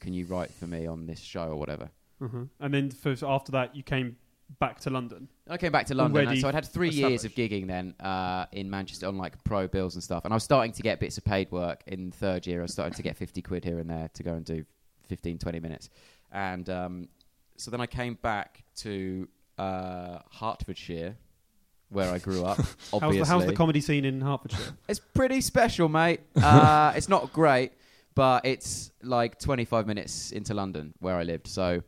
can you write for me on this show or whatever
Mhm. And then for, so after that, you came back to London.
I came back to London, and
Already
so I'd had three years of gigging then uh, in Manchester on like pro bills and stuff, and I was starting to get bits of paid work in third year. I was starting to get fifty quid here and there to go and do 15, 20 minutes, and um, so then I came back to uh, Hertfordshire, where I grew up.
How's
obviously,
the, how's the comedy scene in Hertfordshire?
it's pretty special, mate. Uh, it's not great, but it's like 25 minutes into London where I lived. So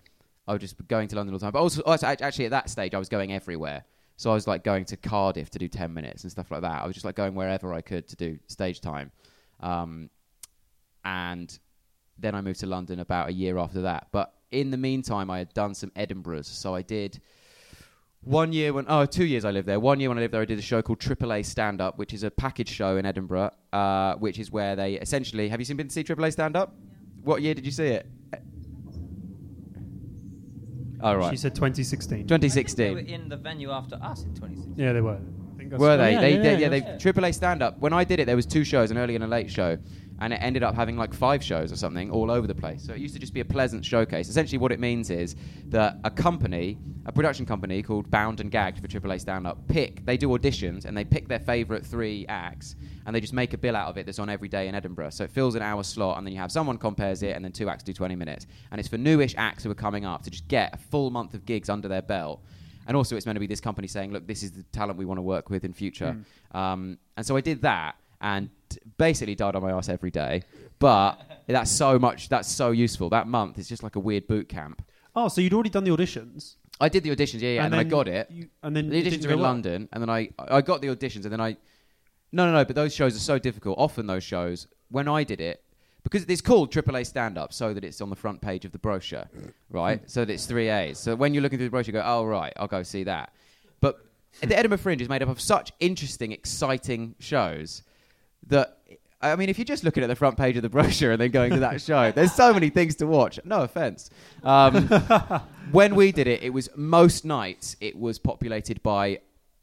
I was just going to London all the time. But also, also, act- actually, at that stage, I was going everywhere. So I was like going to Cardiff to do 10 minutes and stuff like that. I was just like going wherever I could to do stage time. Um, and then I moved to London about a year after that. But in the meantime, I had done some Edinburghs. So I did one year when oh two years I lived there. One year when I lived there, I did a show called AAA Stand Up, which is a package show in Edinburgh, uh, which is where they essentially have you seen been to see AAA Stand Up? What year did you see it? All right,
She said 2016.
2016.
They were in the venue after us in 2016.
yeah, they were.
Were they?
Yeah,
they,
yeah,
they,
yeah,
yeah, they
that's
AAA stand up. When I did it, there was two shows, an early and a late show, and it ended up having like five shows or something all over the place. So it used to just be a pleasant showcase. Essentially, what it means is that a company, a production company called Bound and Gagged for AAA stand up, pick they do auditions and they pick their favourite three acts and they just make a bill out of it that's on every day in Edinburgh. So it fills an hour slot, and then you have someone compares it, and then two acts do 20 minutes, and it's for newish acts who are coming up to just get a full month of gigs under their belt. And also, it's meant to be this company saying, look, this is the talent we want to work with in future. Um, and so I did that and basically died on my ass every day. But that's so much, that's so useful. That month is just like a weird boot camp.
Oh, so you'd already done the auditions.
I did the auditions, yeah, yeah, and, then I got it.
you- and then
the
it didn't
auditions
go
were in
well.
London, and then I, I got the auditions, and then I. No, no, no, but those shows are so difficult. Often those shows, when I did it, because it's called AAA stand up so that it's on the front page of the brochure, right?
Hmm.
so that it's three A's. So when you're looking through the brochure, you go, oh, right, I'll go see that. But the Edinburgh Fringe is made up of such interesting, exciting shows that I mean, if you're just looking at the front page of the brochure and then going to that show, there's so many things to watch. No offense. Um, when we did it, it was most nights it was populated by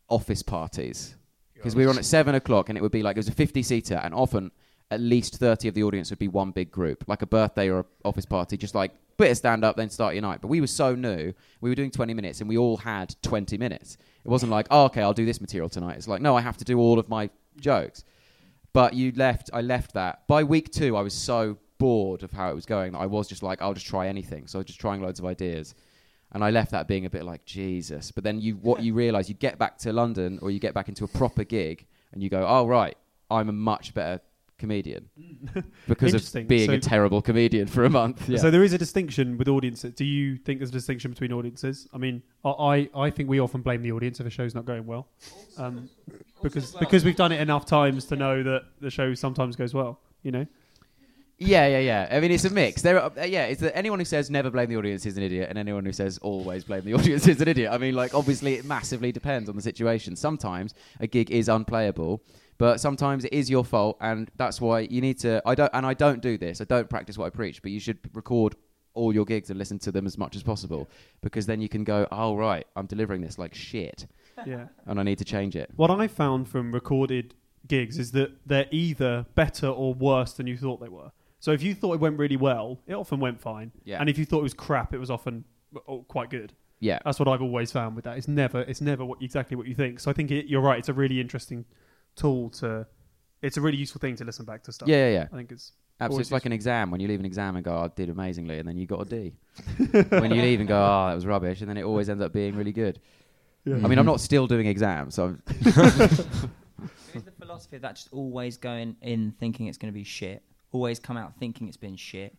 office parties because we were on at seven o'clock and it would be like it was a 50 seater and often at least 30 of the audience would be one big group like a birthday or an office party just like bit of stand up then start your night but we were so new we were doing 20 minutes and we all had 20 minutes it wasn't like oh, okay i'll do this material tonight it's like no i have to do all of my jokes but you left i left that by week two i was so bored of how it was going that i was just like i'll just try anything so i was just trying loads of ideas and i left that being a bit like jesus but then you what you realize you get back to london or you get back into a proper gig and you go oh right i'm a much better comedian because
Mm. Interesting.
of being
So-
a terrible comedian for a month yeah.
So there is a distinction with audiences. Do you think there's a distinction between audiences? I mean, I, I I think we often blame the audience if a show's not going well, um, because because we've done it enough times to know that the show sometimes goes well. You know,
Yeah, yeah, yeah. I mean, it's a mix. There, are, uh, yeah. It's that anyone who says never blame the audience is an idiot, and anyone who says always blame the audience is an idiot. I mean, like obviously, it massively depends on the situation. Sometimes a gig is unplayable, but sometimes it is your fault, and that's why you need to. I don't, and I don't do this. I don't practice what I preach, but you should record all your gigs and listen to them as much as possible, because then you can go, "Oh right, I'm delivering this like shit,
yeah.
and I need to change it."
What I found from recorded gigs is that they're either better or worse than you thought they were. So if you thought it went really well, it often went fine.
Yeah.
And if you thought it was crap, it was often oh, quite good.
Yeah.
That's what I've always found with that. It's never it's never what exactly what you think. So I think it, you're right. It's a really interesting tool to. It's a really useful thing to listen back to stuff.
Yeah, yeah, yeah.
I think it's
Absolutely,
Always
it's like an exam when you leave an exam and go, "Oh, "I did amazingly," and then you got a D. when you leave and go, "Oh, that was rubbish," and then it always ends up being really good. I mean, I'm not still doing exams, so I'm,
Is the philosophy of that just always going in thinking it's going to be shit? Always come out thinking it's been shit?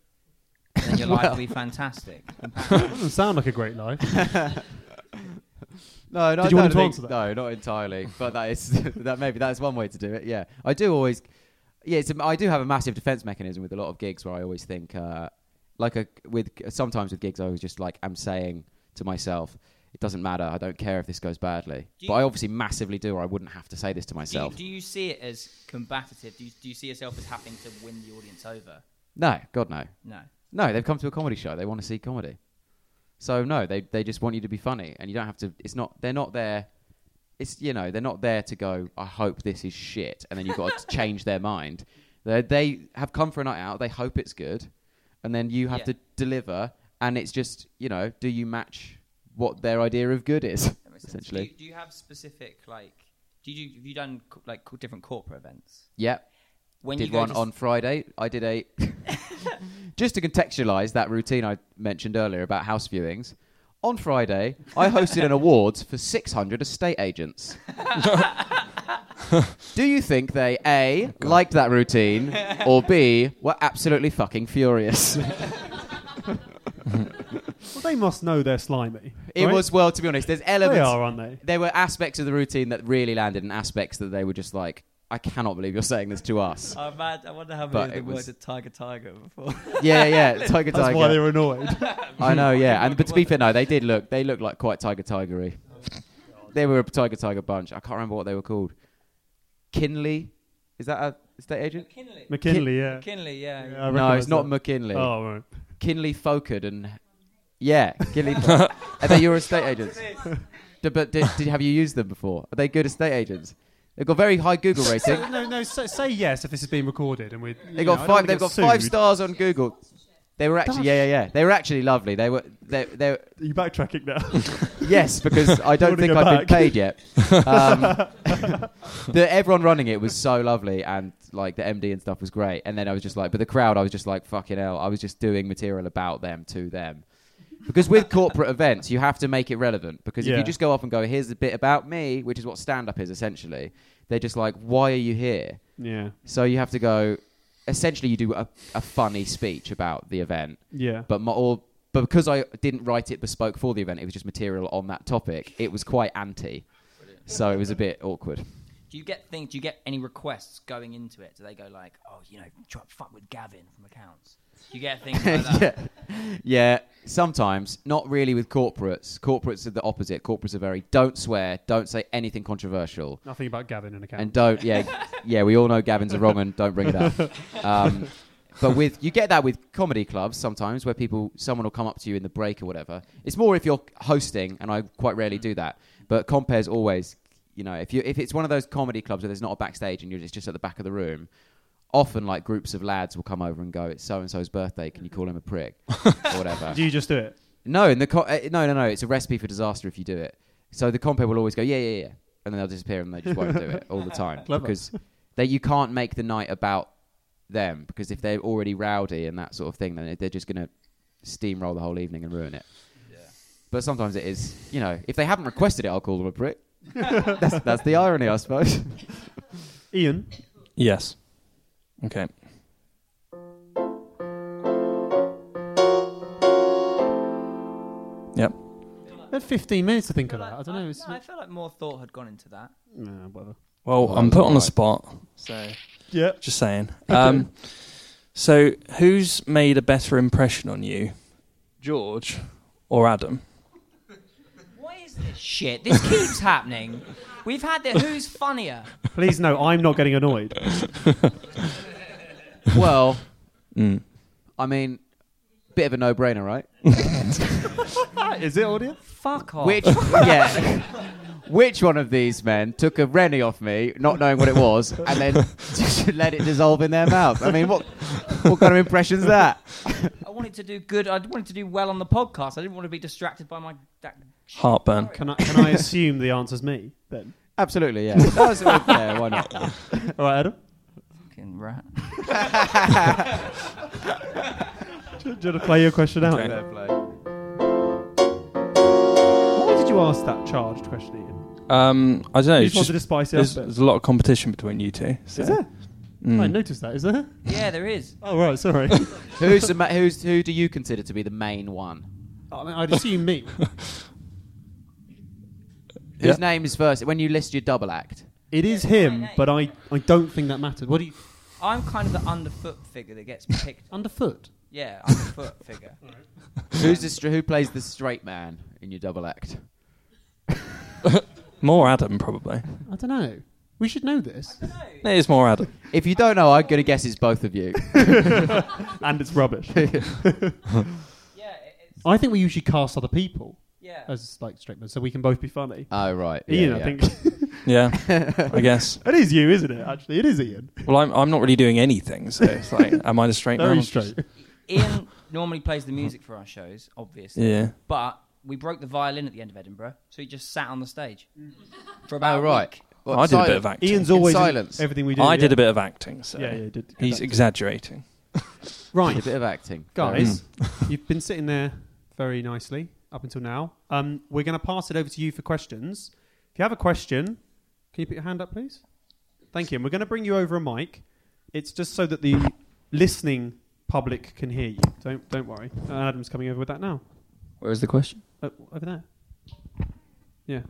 And then your life will be fantastic.
doesn't sound like a great life.
no, no,
Did you
no,
want him to
no,
answer that?
No, not entirely, but that is that maybe that's one way to do it. Yeah, I do always, yeah, it's a, I do have a massive defense mechanism with a lot of gigs where I always think, uh, like a with sometimes with gigs, I was just like, I'm saying to myself. It doesn't matter. I don't care if this goes badly.
Do
But
you-
I obviously massively do, or I wouldn't have to say this to
Do you,
myself.
do you see it as combative? Do you, do you see yourself as having to win the audience over?
No, God, no.
No.
No, they've come to a comedy show. They want to see comedy. So no, they they just want you to be funny, and you don't have to. It's not. They're not there. It's you know they're not there to go. I hope this is shit, and then you've got to change their mind. They they have come for a night out. They hope it's good, and then you have
Yeah.
to deliver. And it's just you know, do you match what their idea of good is?
That makes sense.
Essentially,
Do you, do you have specific, like, do you, have you done, co- like, co- different corporate events?
yeah.
When
did
go
one
to s-
on Friday. I did a just to contextualise that routine I mentioned earlier about house viewings. On Friday, I hosted an awards for 600 estate agents. Do you think they
Oh,
a liked that routine or b were absolutely fucking furious?
Well, they must know they're slimy.
It
right?
was well, to be honest, there's elements.
They are, aren't they?
there were aspects of the routine that really landed, and aspects that they were just like, I cannot believe you're saying this to us.
Oh, man, I wonder how
But
many of them
it was-
worked at Tiger Tiger before.
yeah, yeah, Tiger
That's
Tiger.
why they're annoyed.
I know, yeah. And but to be fair, no, they did look. They looked like quite tiger tigery. they were a tiger tiger bunch. I can't remember what they were called. Kinley, is that a estate agent?
McKinley.
McKinley, yeah.
McKinley, yeah.
Yeah, I
no,
recognise
it's not
that.
McKinley.
Oh, right.
Kinley Fokard and yeah, Kinley. Fo- Are they your estate agents? D- but did, did have you used them before? Are they good estate agents? They've got very high Google rating.
No, no. Say, say yes if this is being recorded, and we.
They got five. They've got five stars on Google. They were actually yeah yeah yeah. They were actually lovely. They were they they.
Are you backtracking now?
Yes, because I don't
wanna
think
go
I've been
back?
paid yet. Um, the, everyone running it was so lovely, and like the MD and stuff was great. And then I was just like, but the crowd, I was just like, fucking hell. I was just doing material about them to them. Because with corporate events, you have to make it relevant. Because if
Yeah.
you just go off and go, here's a bit about me, which is what stand up is essentially, they're just like, why are you here?
yeah.
So you have to go, essentially, you do a, a funny speech about the event
Yeah.
but my, or but because I didn't write it bespoke for the event, it was just material on that topic. It was quite anti, so it was a bit awkward.
Do you get things? Do you get any requests going into it? Do they go like, "Oh, you know, try fuck with Gavin from accounts"? Do you get things like that?
yeah, yeah. Sometimes not really with corporates. Corporates are the opposite. Corporates are very don't swear, don't say anything controversial,
Nothing about Gavin and account.
and don't yeah yeah. We all know Gavin's a wrong and don't bring it up. Um, but with you get that with comedy clubs sometimes where people someone will come up to you in the break or whatever. It's more if you're hosting, and I quite rarely do that. But compares always, you know, if you if it's one of those comedy clubs where there's not a backstage and you're it's just at the back of the room, often like groups of lads will come over and go, "It's so and so's birthday. Can you call him a prick or whatever?"
Do you just do it?
No, in the co- uh, no, no, no. It's a recipe for disaster if you do it. So the compere will always go, yeah, yeah, yeah, and then they'll disappear and they just won't do it all the time
Clever.
because they, you can't make the night about them because if they're already rowdy and that sort of thing, then they're just going to steamroll the whole evening and ruin it. But sometimes it is, you know, if they haven't requested it, I'll call them a prick. that's, that's the irony, I suppose.
Ian,
Yes. Okay. Yep.
they had 15 minutes to think
I
of
feel
that. I
like-
don't know. It's,
no, I feel like more thought had gone into that.
Nah, whatever.
Well,
Oh,
I'm put on the
right.
spot. So
Yeah.
just saying. Um, so who's made a better impression on you, George or Adam?
What is this shit? This keeps happening. We've had the who's funnier.
Please no, I'm not getting annoyed.
well,
Mm.
I mean, bit of a no-brainer, right?
Is it audience?
Fuck off.
Oh. Which yeah. Which one of these men took a rennie off me, not knowing what it was, and then just let it dissolve in their mouth? I mean, what what kind of impression's that?
I wanted to do good. I wanted to do well on the podcast. I didn't want to be distracted by my that
Heartburn.
Can I, can I assume the answer's me then?
Absolutely, yeah. That was all fair, why not?
All right, Adam.
Fucking rat.
Do you want to play your question out?
Okay.
then?
Fair play.
Why did you ask that charged question, Ian?
Um, I don't know.
you
It's
just wanted
just,
to spice it up.
there's,
a bit.
there's a lot of competition between you two. So.
Is there? I
Mm.
noticed that. Is there?
Yeah, there is.
Oh right, sorry.
Who's the ma- who's who do you consider to be the main one?
I mean, I'd assume me.
Whose
Yeah.
name is first when you list your double act?
It is him, but I, I don't think that mattered. What do you
I'm kind of the underfoot figure that gets picked.
underfoot?
Yeah, underfoot figure.
Who's the str- who plays the straight man in your double act?
More Adam, probably.
I don't know. We should know this.
It is more Adam.
If you don't know, I'm gonna guess it's both of you.
and it's rubbish.
Yeah, it, it's
I think we usually cast other people
yeah.
as like straight men, so we can both be funny.
Oh right, yeah, yeah.
Ian, I think
Yeah, I guess.
it is you, isn't it? Actually, it is Ian.
Well, I'm, I'm not really doing anything, so it's like, am I the straight man?
Very
or just-
straight.
Ian normally plays the music for our shows, obviously.
Yeah.
But we broke the violin at the end of Edinburgh, so he just sat on the stage for about
Oh
a
right.
week.
What,
I did a bit of
silent?
acting.
Ian's
In
always in
silence.
everything we do.
I did
yeah.
a bit of acting, so
Yeah, yeah, did.
he's Mm.
exactly.
exaggerating.
A
right.
bit of acting,
guys, you've been sitting there very nicely up until now. Um, we're going to pass it over to you for questions. If you have a question, can you put your hand up, please? Thank you. And we're going to bring you over a mic. It's just so that the listening public can hear you. Don't don't worry. Uh, Adam's coming over with that now.
Where is the question?
Oh, over there. Yeah.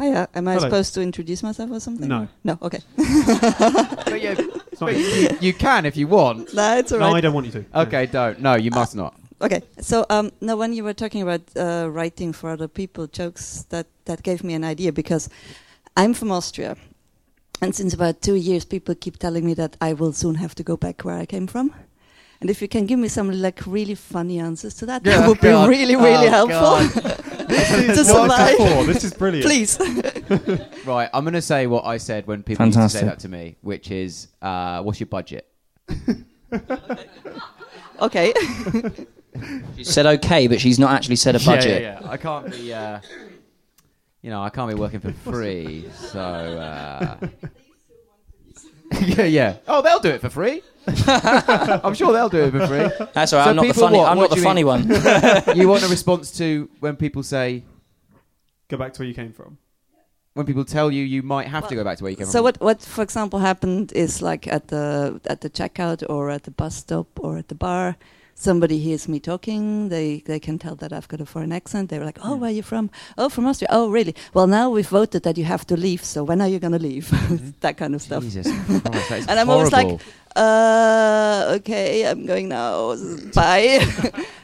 Hiya, am I
Hello.
supposed to introduce myself or something?
No.
No, okay.
But yeah,
It's not you.
you, you can if you want.
No, it's all
No, I
right.
don't want you to. No.
Okay, don't. No, you must not.
okay, so um, now when you were talking about uh, writing for other people, jokes, that, that gave me an idea because I'm from Austria. And since about two years, people keep telling me that I will soon have to go back where I came from. And if you can give me some like really funny answers to that,
Yeah,
that would
God.
be really, really
Oh,
helpful.
This is
Just
what I
lie.
said before. This is brilliant.
Please.
Right, I'm gonna say what I said when people used to say that
Fantastic.
to me, which is, uh, "What's your budget?"
okay.
She said okay, but she's not actually said a budget.
Yeah, yeah, yeah. I can't be, uh, you know, I can't be working for free. So, uh... yeah, yeah. Oh, they'll do it for free. I'm sure they'll do it for free.
That's all right.
So
I'm not the
people
funny.
what?
I'm
What
not
do
the
you
funny one.
You want a response to when people say,
Go back to where you came from.
when people tell you you might have to go back to where you came
So
from.
what, what, for example, happened is like at the at the checkout or at the bus stop or at the bar, somebody hears me talking. They they can tell that I've got a foreign accent. They're like, "Oh, where are you from? Oh, from Austria. Oh, really? Well, now we've voted that you have to leave. So when are you going to leave?
Mm-hmm.
that kind of stuff."
Jesus Christ, that is
And I'm always like,
horrible.
Uh, okay, I'm going now. Bye.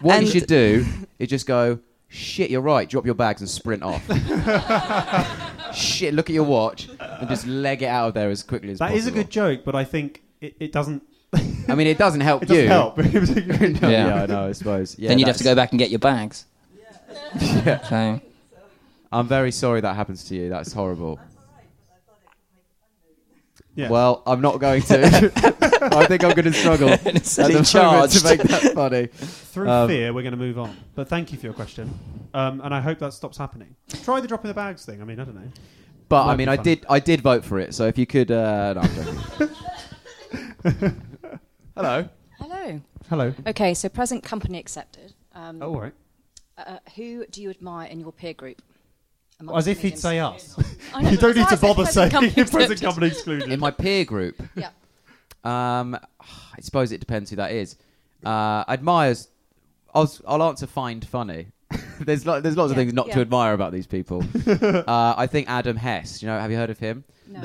what you
and-
should do is just go, shit, you're right, drop your bags and sprint off. shit, look at your watch and just leg it out of there as quickly as
That
possible.
is a good joke, but I think it, it doesn't.
I mean, it doesn't help
It doesn't
you.
help.
yeah.
Yeah.
I know, I suppose. Yeah,
then you'd have to
that's-
go back and get your bags.
Yeah.
So
I'm very sorry that happens to you. That's horrible.
Yeah.
Well, I'm not going to. I think I'm going to struggle at the moment
charged.
to make that funny.
Through
Um,
fear, we're going to move on. But thank you for your question, um, and I hope that stops happening. Try the drop in the bags thing. I mean, I don't know.
But I
Might
mean,
be
I
fun.
did, I did vote for it. So if you could, uh, no, I'm joking. Hello.
Hello.
Hello.
Okay, so present company accepted. Um,
Oh, all right.
uh, who do you admire in your peer group? amongst
As if he'd
comedians?
say us.
I know,
you don't need
that's why I
to
said
bother saying
company
present
accepted.
company exclusion.
In my peer group,
Yeah.
um, I suppose it depends who that is. Uh, admires. I'll, s- I'll answer find funny. there's lo- there's lots of
Yeah,
things not to
yeah.
admire about these people. uh, I think Adam Hess. You know, have you heard of him?
No.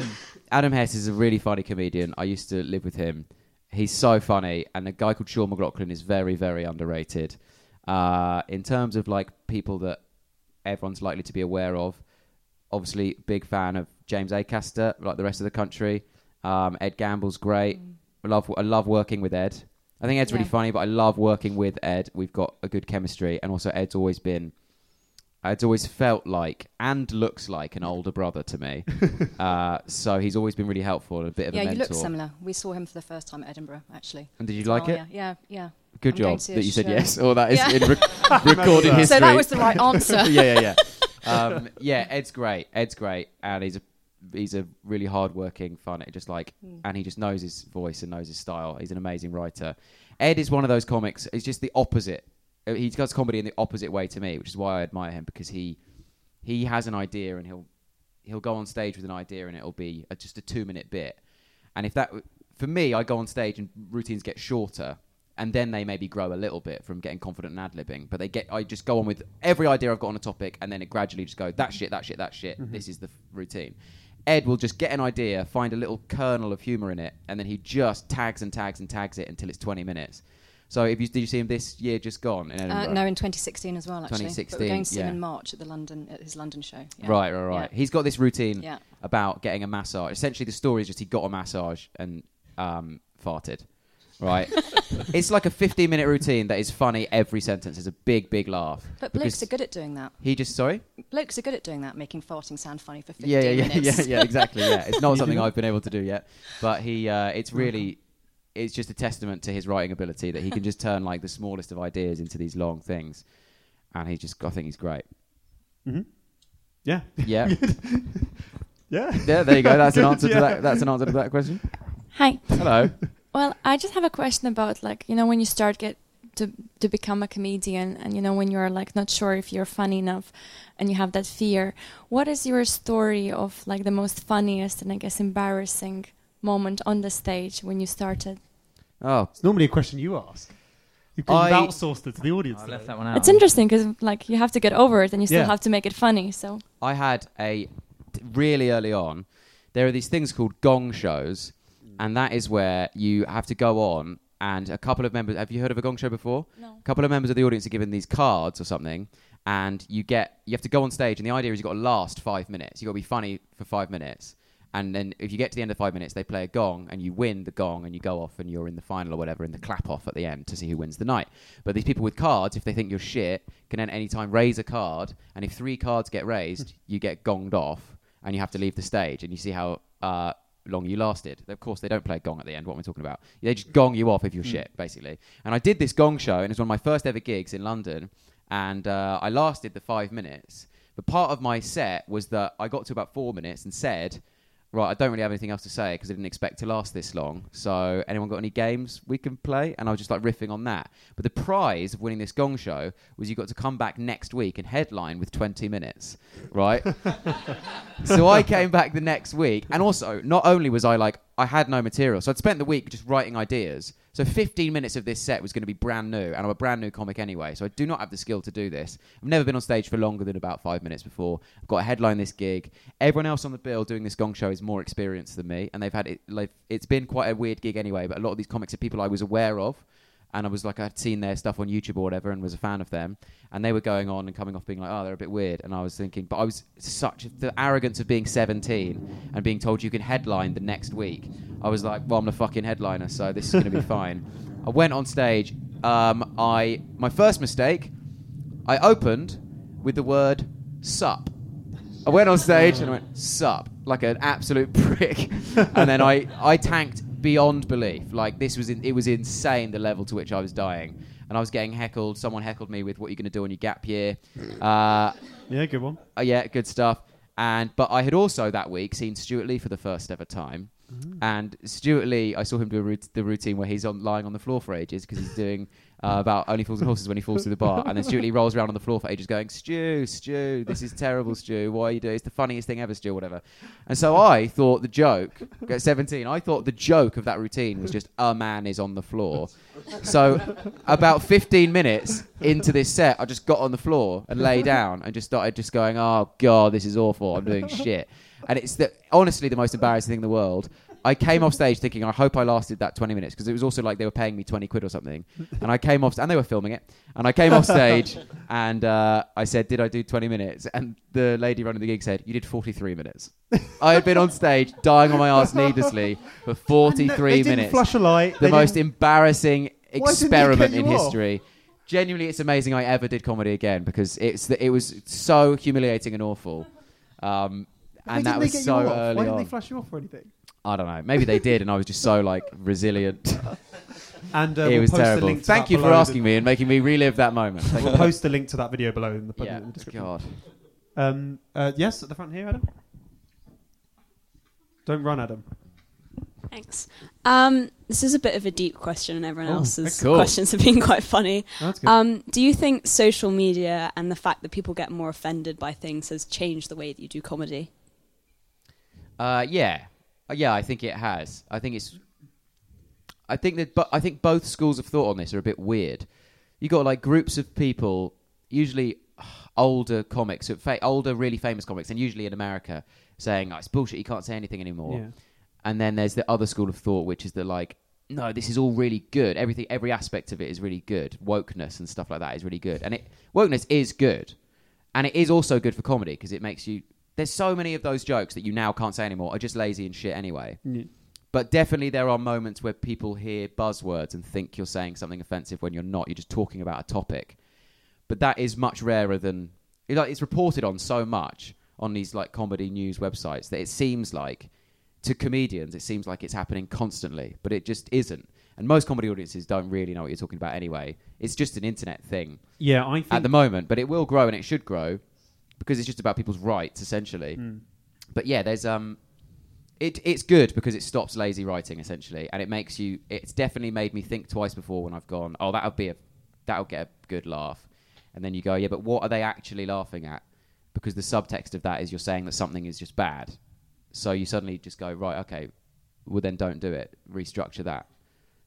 Adam Hess is a really funny comedian. I used to live with him. He's so funny, and a guy called Sean McLaughlin is very, very underrated. Uh, in terms of like people that everyone's likely to be aware of, obviously big fan of James Acaster, like the rest of the country. Um, Ed Gamble's great. I love I love working with Ed. I think Ed's really
Yeah.
funny, but I love working with Ed. We've got a good chemistry, and also Ed's always been, Ed's always felt like and looks like an older brother to me. uh, so he's always been really helpful and a bit of
Yeah,
a
you
mentor.
look similar. We saw him for the first time at Edinburgh, actually.
and did you like
oh,
it?
Yeah, yeah, yeah.
Good
I'm going
job
to
that you said
show-
yes, or that is
Yeah.
in rec- recorded history.
So that was the right answer. Uh,
yeah, yeah, yeah. Um, yeah, Ed's great. Ed's great, and he's a he's a really hardworking, fun. Just like,
Hmm.
and he just knows his voice and knows his style. He's an amazing writer. Ed is one of those comics. He's just the opposite. Uh, He does comedy in the opposite way to me, which is why I admire him because he he has an idea and he'll he'll go on stage with an idea and it'll be a, just a two minute bit. And if that, for me, I go on stage and routines get shorter, and then they maybe grow a little bit from getting confident and ad libbing. But they get, I just go on with every idea I've got on a topic, and then it gradually just go that shit, that shit, that shit. This is the f- routine. Ed will just get an idea, find a little kernel of humor in it, and then he just tags and tags and tags it until it's twenty minutes. So, if you did you see him this year just gone in
Uh,
Edinburgh?
no, in 2016 as well, actually. but
2016,
we're going to see
yeah.
him in March at the London at his London show. Yeah.
Right, right, right.
Yeah.
He's got this routine
Yeah.
about getting a massage. Essentially, the story is just he got a massage and um, farted. Right, it's like a 15-minute routine that is funny. Every sentence is a big, big laugh.
But
Because
blokes are good at doing that.
He just sorry.
Blokes are good at doing that, making farting sound funny for 15
Yeah, yeah, yeah,
minutes.
yeah, yeah. Exactly. Yeah, it's not something I've been able to do yet. But he, uh, it's really, it's just a testament to his writing ability that he can just turn like the smallest of ideas into these long things. And he just, I think he's great.
Yeah.
Yeah,
Yeah.
yeah. There you go. That's an answer
Yeah.
to that. That's an answer to that question.
Hi.
Hello.
Well, I just have a question about like you know when you start get to to become a comedian and you know when you're like not sure if you're funny enough and you have that fear. What is your story of like the most funniest and I guess embarrassing moment on the stage when you started?
Oh,
It's normally a question you ask. You've,
I-
you've outsourced it to the audience.
I
today.
left that one out.
It's interesting because like you have to get over it and you still
Yeah.
have to make it funny. So
I had a really early on. There are these things called gong shows, and that is where you have to go on and a couple of members. Have you heard of a gong show before?
No.
A couple of members of the audience are given these cards or something, and you get you have to go on stage, and the idea is you've got to last five minutes. You've got to be funny for five minutes. And then, if you get to the end of five minutes, they play a gong, and you win the gong, and you go off, and you're in the final or whatever, in the clap off at the end to see who wins the night. But these people with cards, if they think you're shit, can at any time raise a card, and if three cards get raised, you get gonged off, and you have to leave the stage, and you see how uh, long you lasted. Of course, they don't play a gong at the end. What am I talking about? They just gong you off if you're shit, basically. And I did this gong show, and it was one of my first ever gigs in London, and uh, I lasted the five minutes. But part of my set was that I got to about four minutes and said, "Right, I don't really have anything else to say because I didn't expect to last this long. So, anyone got any games we can play?" And I was just like riffing on that. But the prize of winning this gong show was you got to come back next week and headline with 20 minutes, right? so I came back the next week, and also not only was I like I had no material, so I'd spent the week just writing ideas. So 15 minutes of this set was going to be brand new, and I'm a brand new comic anyway, so I do not have the skill to do this. I've never been on stage for longer than about five minutes before. I've got a headline this gig. Everyone else on the bill doing this gong show is more experienced than me, and they've had it. Like it's been quite a weird gig anyway, but a lot of these comics are people I was aware of and I was like, I'd seen their stuff on YouTube or whatever, and was a fan of them. And they were going on and coming off being like, oh, they're a bit weird. And I was thinking, but I was such the arrogance of being 17 and being told you can headline the next week. I was like, well, I'm the fucking headliner, so this is going to be fine. I went on stage. Um, I my first mistake, I opened with the word sup. I went on stage and I went sup like an absolute prick, and then I I tanked beyond belief. Like this was in, it was insane the level to which I was dying, and I was getting heckled. Someone heckled me with what are you going to do on your gap year. Uh,
Yeah, good one.
uh, yeah, good stuff. And but I had also that week seen Stuart Lee for the first ever time,
Mm.
and Stuart Lee, I saw him do a rout- the routine where he's on lying on the floor for ages because he's doing uh, about only fools and horses when he falls through the bar, and then Stuart Lee rolls around on the floor for ages, going Stu, Stu, this is terrible, Stu. Why are you doing? It's the funniest thing ever, Stu. Whatever. And so I thought the joke at seventeen, I thought the joke of that routine was just a man is on the floor. So about 15 minutes into this set, I just got on the floor and lay down and just started just going, "Oh god, this is awful. I'm doing shit." And it's the, honestly the most embarrassing thing in the world. I came off stage thinking, "I hope I lasted that 20 minutes" because it was also like they were paying me 20 quid or something. And I came off and they were filming it. And I came off stage and uh, I said, "Did I do 20 minutes?" And the lady running the gig said, "You did 43 minutes." I had been on stage dying on my ass needlessly for 43
they didn't
minutes
Flush a light.
the
they
most
didn't-
embarrassing
didn't they
experiment
cut
in
you off?
history. Genuinely, it's amazing I ever did comedy again because it's the, it was so humiliating and awful, um,
Why
and
didn't
that
they
was
get you
so
off? Why
early
didn't
on.
they flash you off or anything?
I don't know. Maybe they did, and I was just so like resilient.
And, uh,
it
we'll
was
post a
terrible.
link to
Thank
that
you for
below the-
asking me and making me relive that moment. Thank
We'll
you.
post a link to that video below in the,
Yeah,
in the description.
God.
Um, uh, yes, at the front here, Adam. Don't run, Adam.
Thanks. Um, this is a bit of a deep question, and everyone
Oh,
else's
cool.
questions have been quite funny.
That's
Uh,
good.
Um, do you think social media and the fact that people get more offended by things has changed the way that you do comedy?
Uh, yeah, Uh, yeah. I think it has. I think it's. I think that, but I think both schools of thought on this are a bit weird. You got like groups of people, usually older comics, fa- older really famous comics, and usually in America, saying, oh, "It's bullshit. You can't say anything anymore."
Yeah.
And then there's the other school of thought, which is that like, no, this is all really good. Everything, every aspect of it is really good. Wokeness and stuff like that is really good. And it wokeness is good, and it is also good for comedy because it makes you. There's so many of those jokes that you now can't say anymore are just lazy and shit anyway.
Yeah.
But definitely there are moments where people hear buzzwords and think you're saying something offensive when you're not. You're just talking about a topic. But that is much rarer than it, like it's reported on so much on these like comedy news websites that it seems like to comedians it seems like it's happening constantly, but it just isn't. And most comedy audiences don't really know what you're talking about anyway. It's just an internet thing.
Yeah, I think-
at the moment, but it will grow and it should grow because it's just about people's rights essentially.
Mm.
But yeah, there's um it, it's good because it stops lazy writing essentially, and it makes you. It's definitely made me think twice before when I've gone, oh, that'll be a, that'll get a good laugh, and then you go, yeah, but what are they actually laughing at? Because the subtext of that is you're saying that something is just bad, so you suddenly just go, right, okay, well then don't do it, restructure that.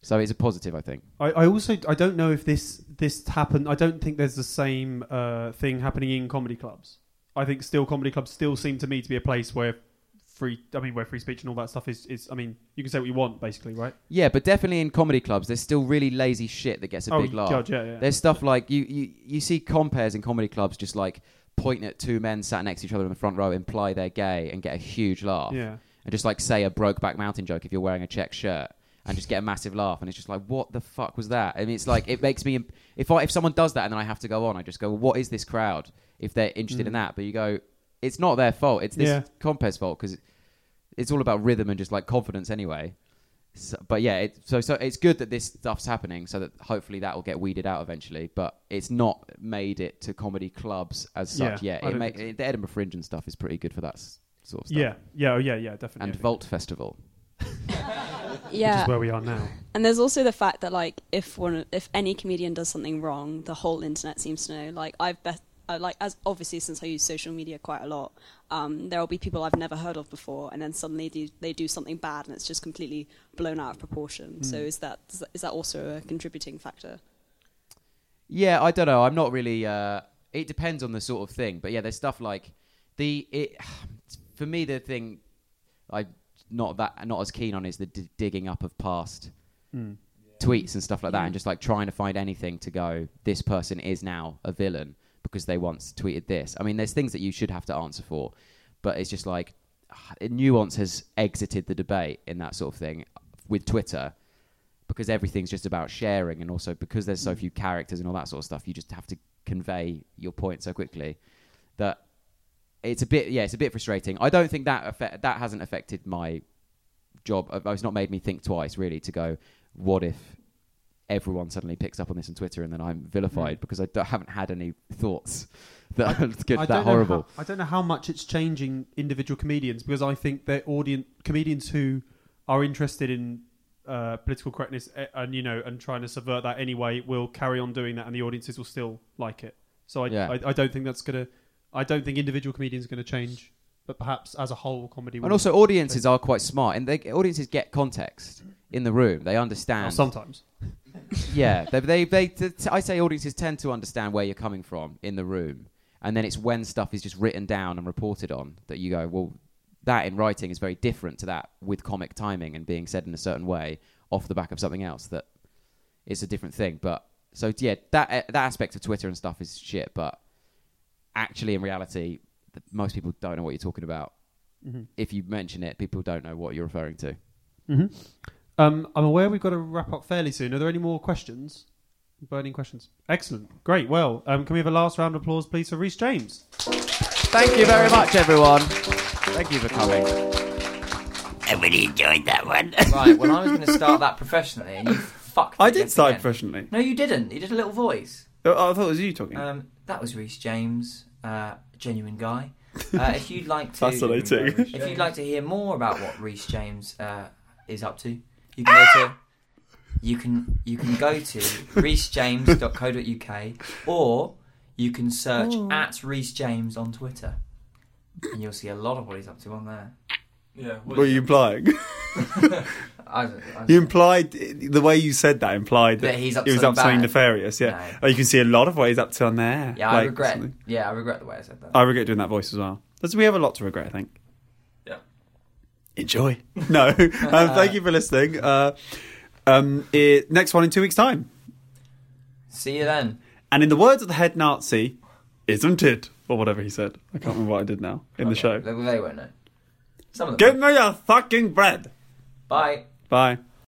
So it's a positive, I think.
I, I also I don't know if this this happened. I don't think there's the same uh, thing happening in comedy clubs. I think still comedy clubs still seem to me to be a place where free. I mean, where free speech and all that stuff is. is I mean, you can say what you want basically, right?
Yeah, but definitely in comedy clubs, there's still really lazy shit that gets a
Oh,
big laugh.
God, yeah, yeah.
There's stuff like you, you you see compares in comedy clubs just like point at two men sat next to each other in the front row, imply they're gay, and get a huge laugh.
Yeah.
And just like say a Brokeback Mountain joke if you're wearing a check shirt, and just get a massive laugh, and it's just like, what the fuck was that? I mean, it's like it makes me imp- if I if someone does that and then I have to go on, I just go, well, what is this crowd if they're interested
Mm.
in that? But you go, it's not their fault. It's this
Yeah.
Compare's fault because it's all about rhythm and just like confidence anyway. So, but yeah, it, so so it's good that this stuff's happening, so that hopefully that will get weeded out eventually. But it's not made it to comedy clubs as such
Yeah,
yet.
I
It
don't
ma-
think so.
it- the Edinburgh Fringe and stuff is pretty good for that s- sort of stuff.
Yeah, yeah, oh, yeah, yeah, definitely.
And Vault Festival.
Yeah,
where we are now.
And there's also the fact that like if one if any comedian does something wrong, the whole internet seems to know. Like I've bet I like as obviously since I use social media quite a lot, um, there will be people I've never heard of before, and then suddenly do, they do something bad, and it's just completely blown out of proportion. So
Mm.
is that is that also a contributing factor?
Yeah, I don't know. I'm not really. Uh, it depends on the sort of thing, but yeah, there's stuff like the it. For me, the thing I not that not as keen on is the d- digging up of past
Mm.
tweets and stuff like that, and just like trying to find anything to go. This person is now a villain because they once tweeted this. I mean, there's things that you should have to answer for, but it's just like nuance has exited the debate in that sort of thing with Twitter because everything's just about sharing and also because there's so few characters and all that sort of stuff you just have to convey your point so quickly that it's a bit yeah it's a bit frustrating i don't think that affect, that hasn't affected my job Uh, it's not made me think twice really to go what if everyone suddenly picks up on this on twitter and then i'm vilified because i don't- haven't had any thoughts that are good,
I
that
don't know
horrible
how- I don't know how much it's changing individual comedians because I think their audience comedians who are interested in uh, political correctness eh, and you know and trying to subvert that anyway will carry on doing that and the audiences will still like it. So I
Yeah.
I, I don't think that's gonna I don't think individual comedians are gonna change, but perhaps as a whole comedy.
And also, audiences are quite smart, and they, audiences get context in the room. They understand.
Well, sometimes.
yeah, they, they, they, t- t- I say audiences tend to understand where you're coming from in the room, and then it's when stuff is just written down and reported on that you go, well, that in writing is very different to that with comic timing and being said in a certain way off the back of something else that it's a different thing. But so yeah, that eh, that aspect of Twitter and stuff is shit, but actually in reality, th- most people don't know what you're talking about.
Mhm.
If you mention it, people don't know what you're referring to.
hmm Um, I'm aware we've got to wrap up fairly soon. Are there any more questions? Burning questions. Excellent. Great. Well, um, can we have a last round of applause, please, for Reese James?
Thank you very much, everyone. Thank you for coming.
I really enjoyed that one. right, well, I was going to start that professionally, and you fucked.
I
it
did
yet
start
again.
professionally.
No, you didn't. You did a little voice.
Oh, I thought it was you talking.
Um, that was Reese James, uh, genuine guy. Uh, if you'd like to,
Fascinating.
If you'd like to hear more about what Reese James uh, is up to, you can go to you can you can go to reesejames.co.uk or you can search
Ooh.
at Reese James on Twitter, and you'll see a lot of what he's up to on there.
Yeah,
What are you implying?
I don't- I
you implied the way you said that implied that,
That he's up
he was
to
up to something
bad.
nefarious. Yeah,
No.
oh, you can see a lot of what he's up to on there.
Yeah, I
Like,
regret.
something-
Yeah, I regret the way I said that.
I regret doing that voice as well. That's, we have a lot to regret, I think.
Yeah.
Enjoy. No, um, thank you for listening. Uh, um, it, next one in two weeks' time.
See you then.
And in the words of the head Nazi, isn't it? Or whatever he said. I can't remember what I did now in the show.
They won't know. Some of them.
Give me a fucking bread.
Bye.
Bye.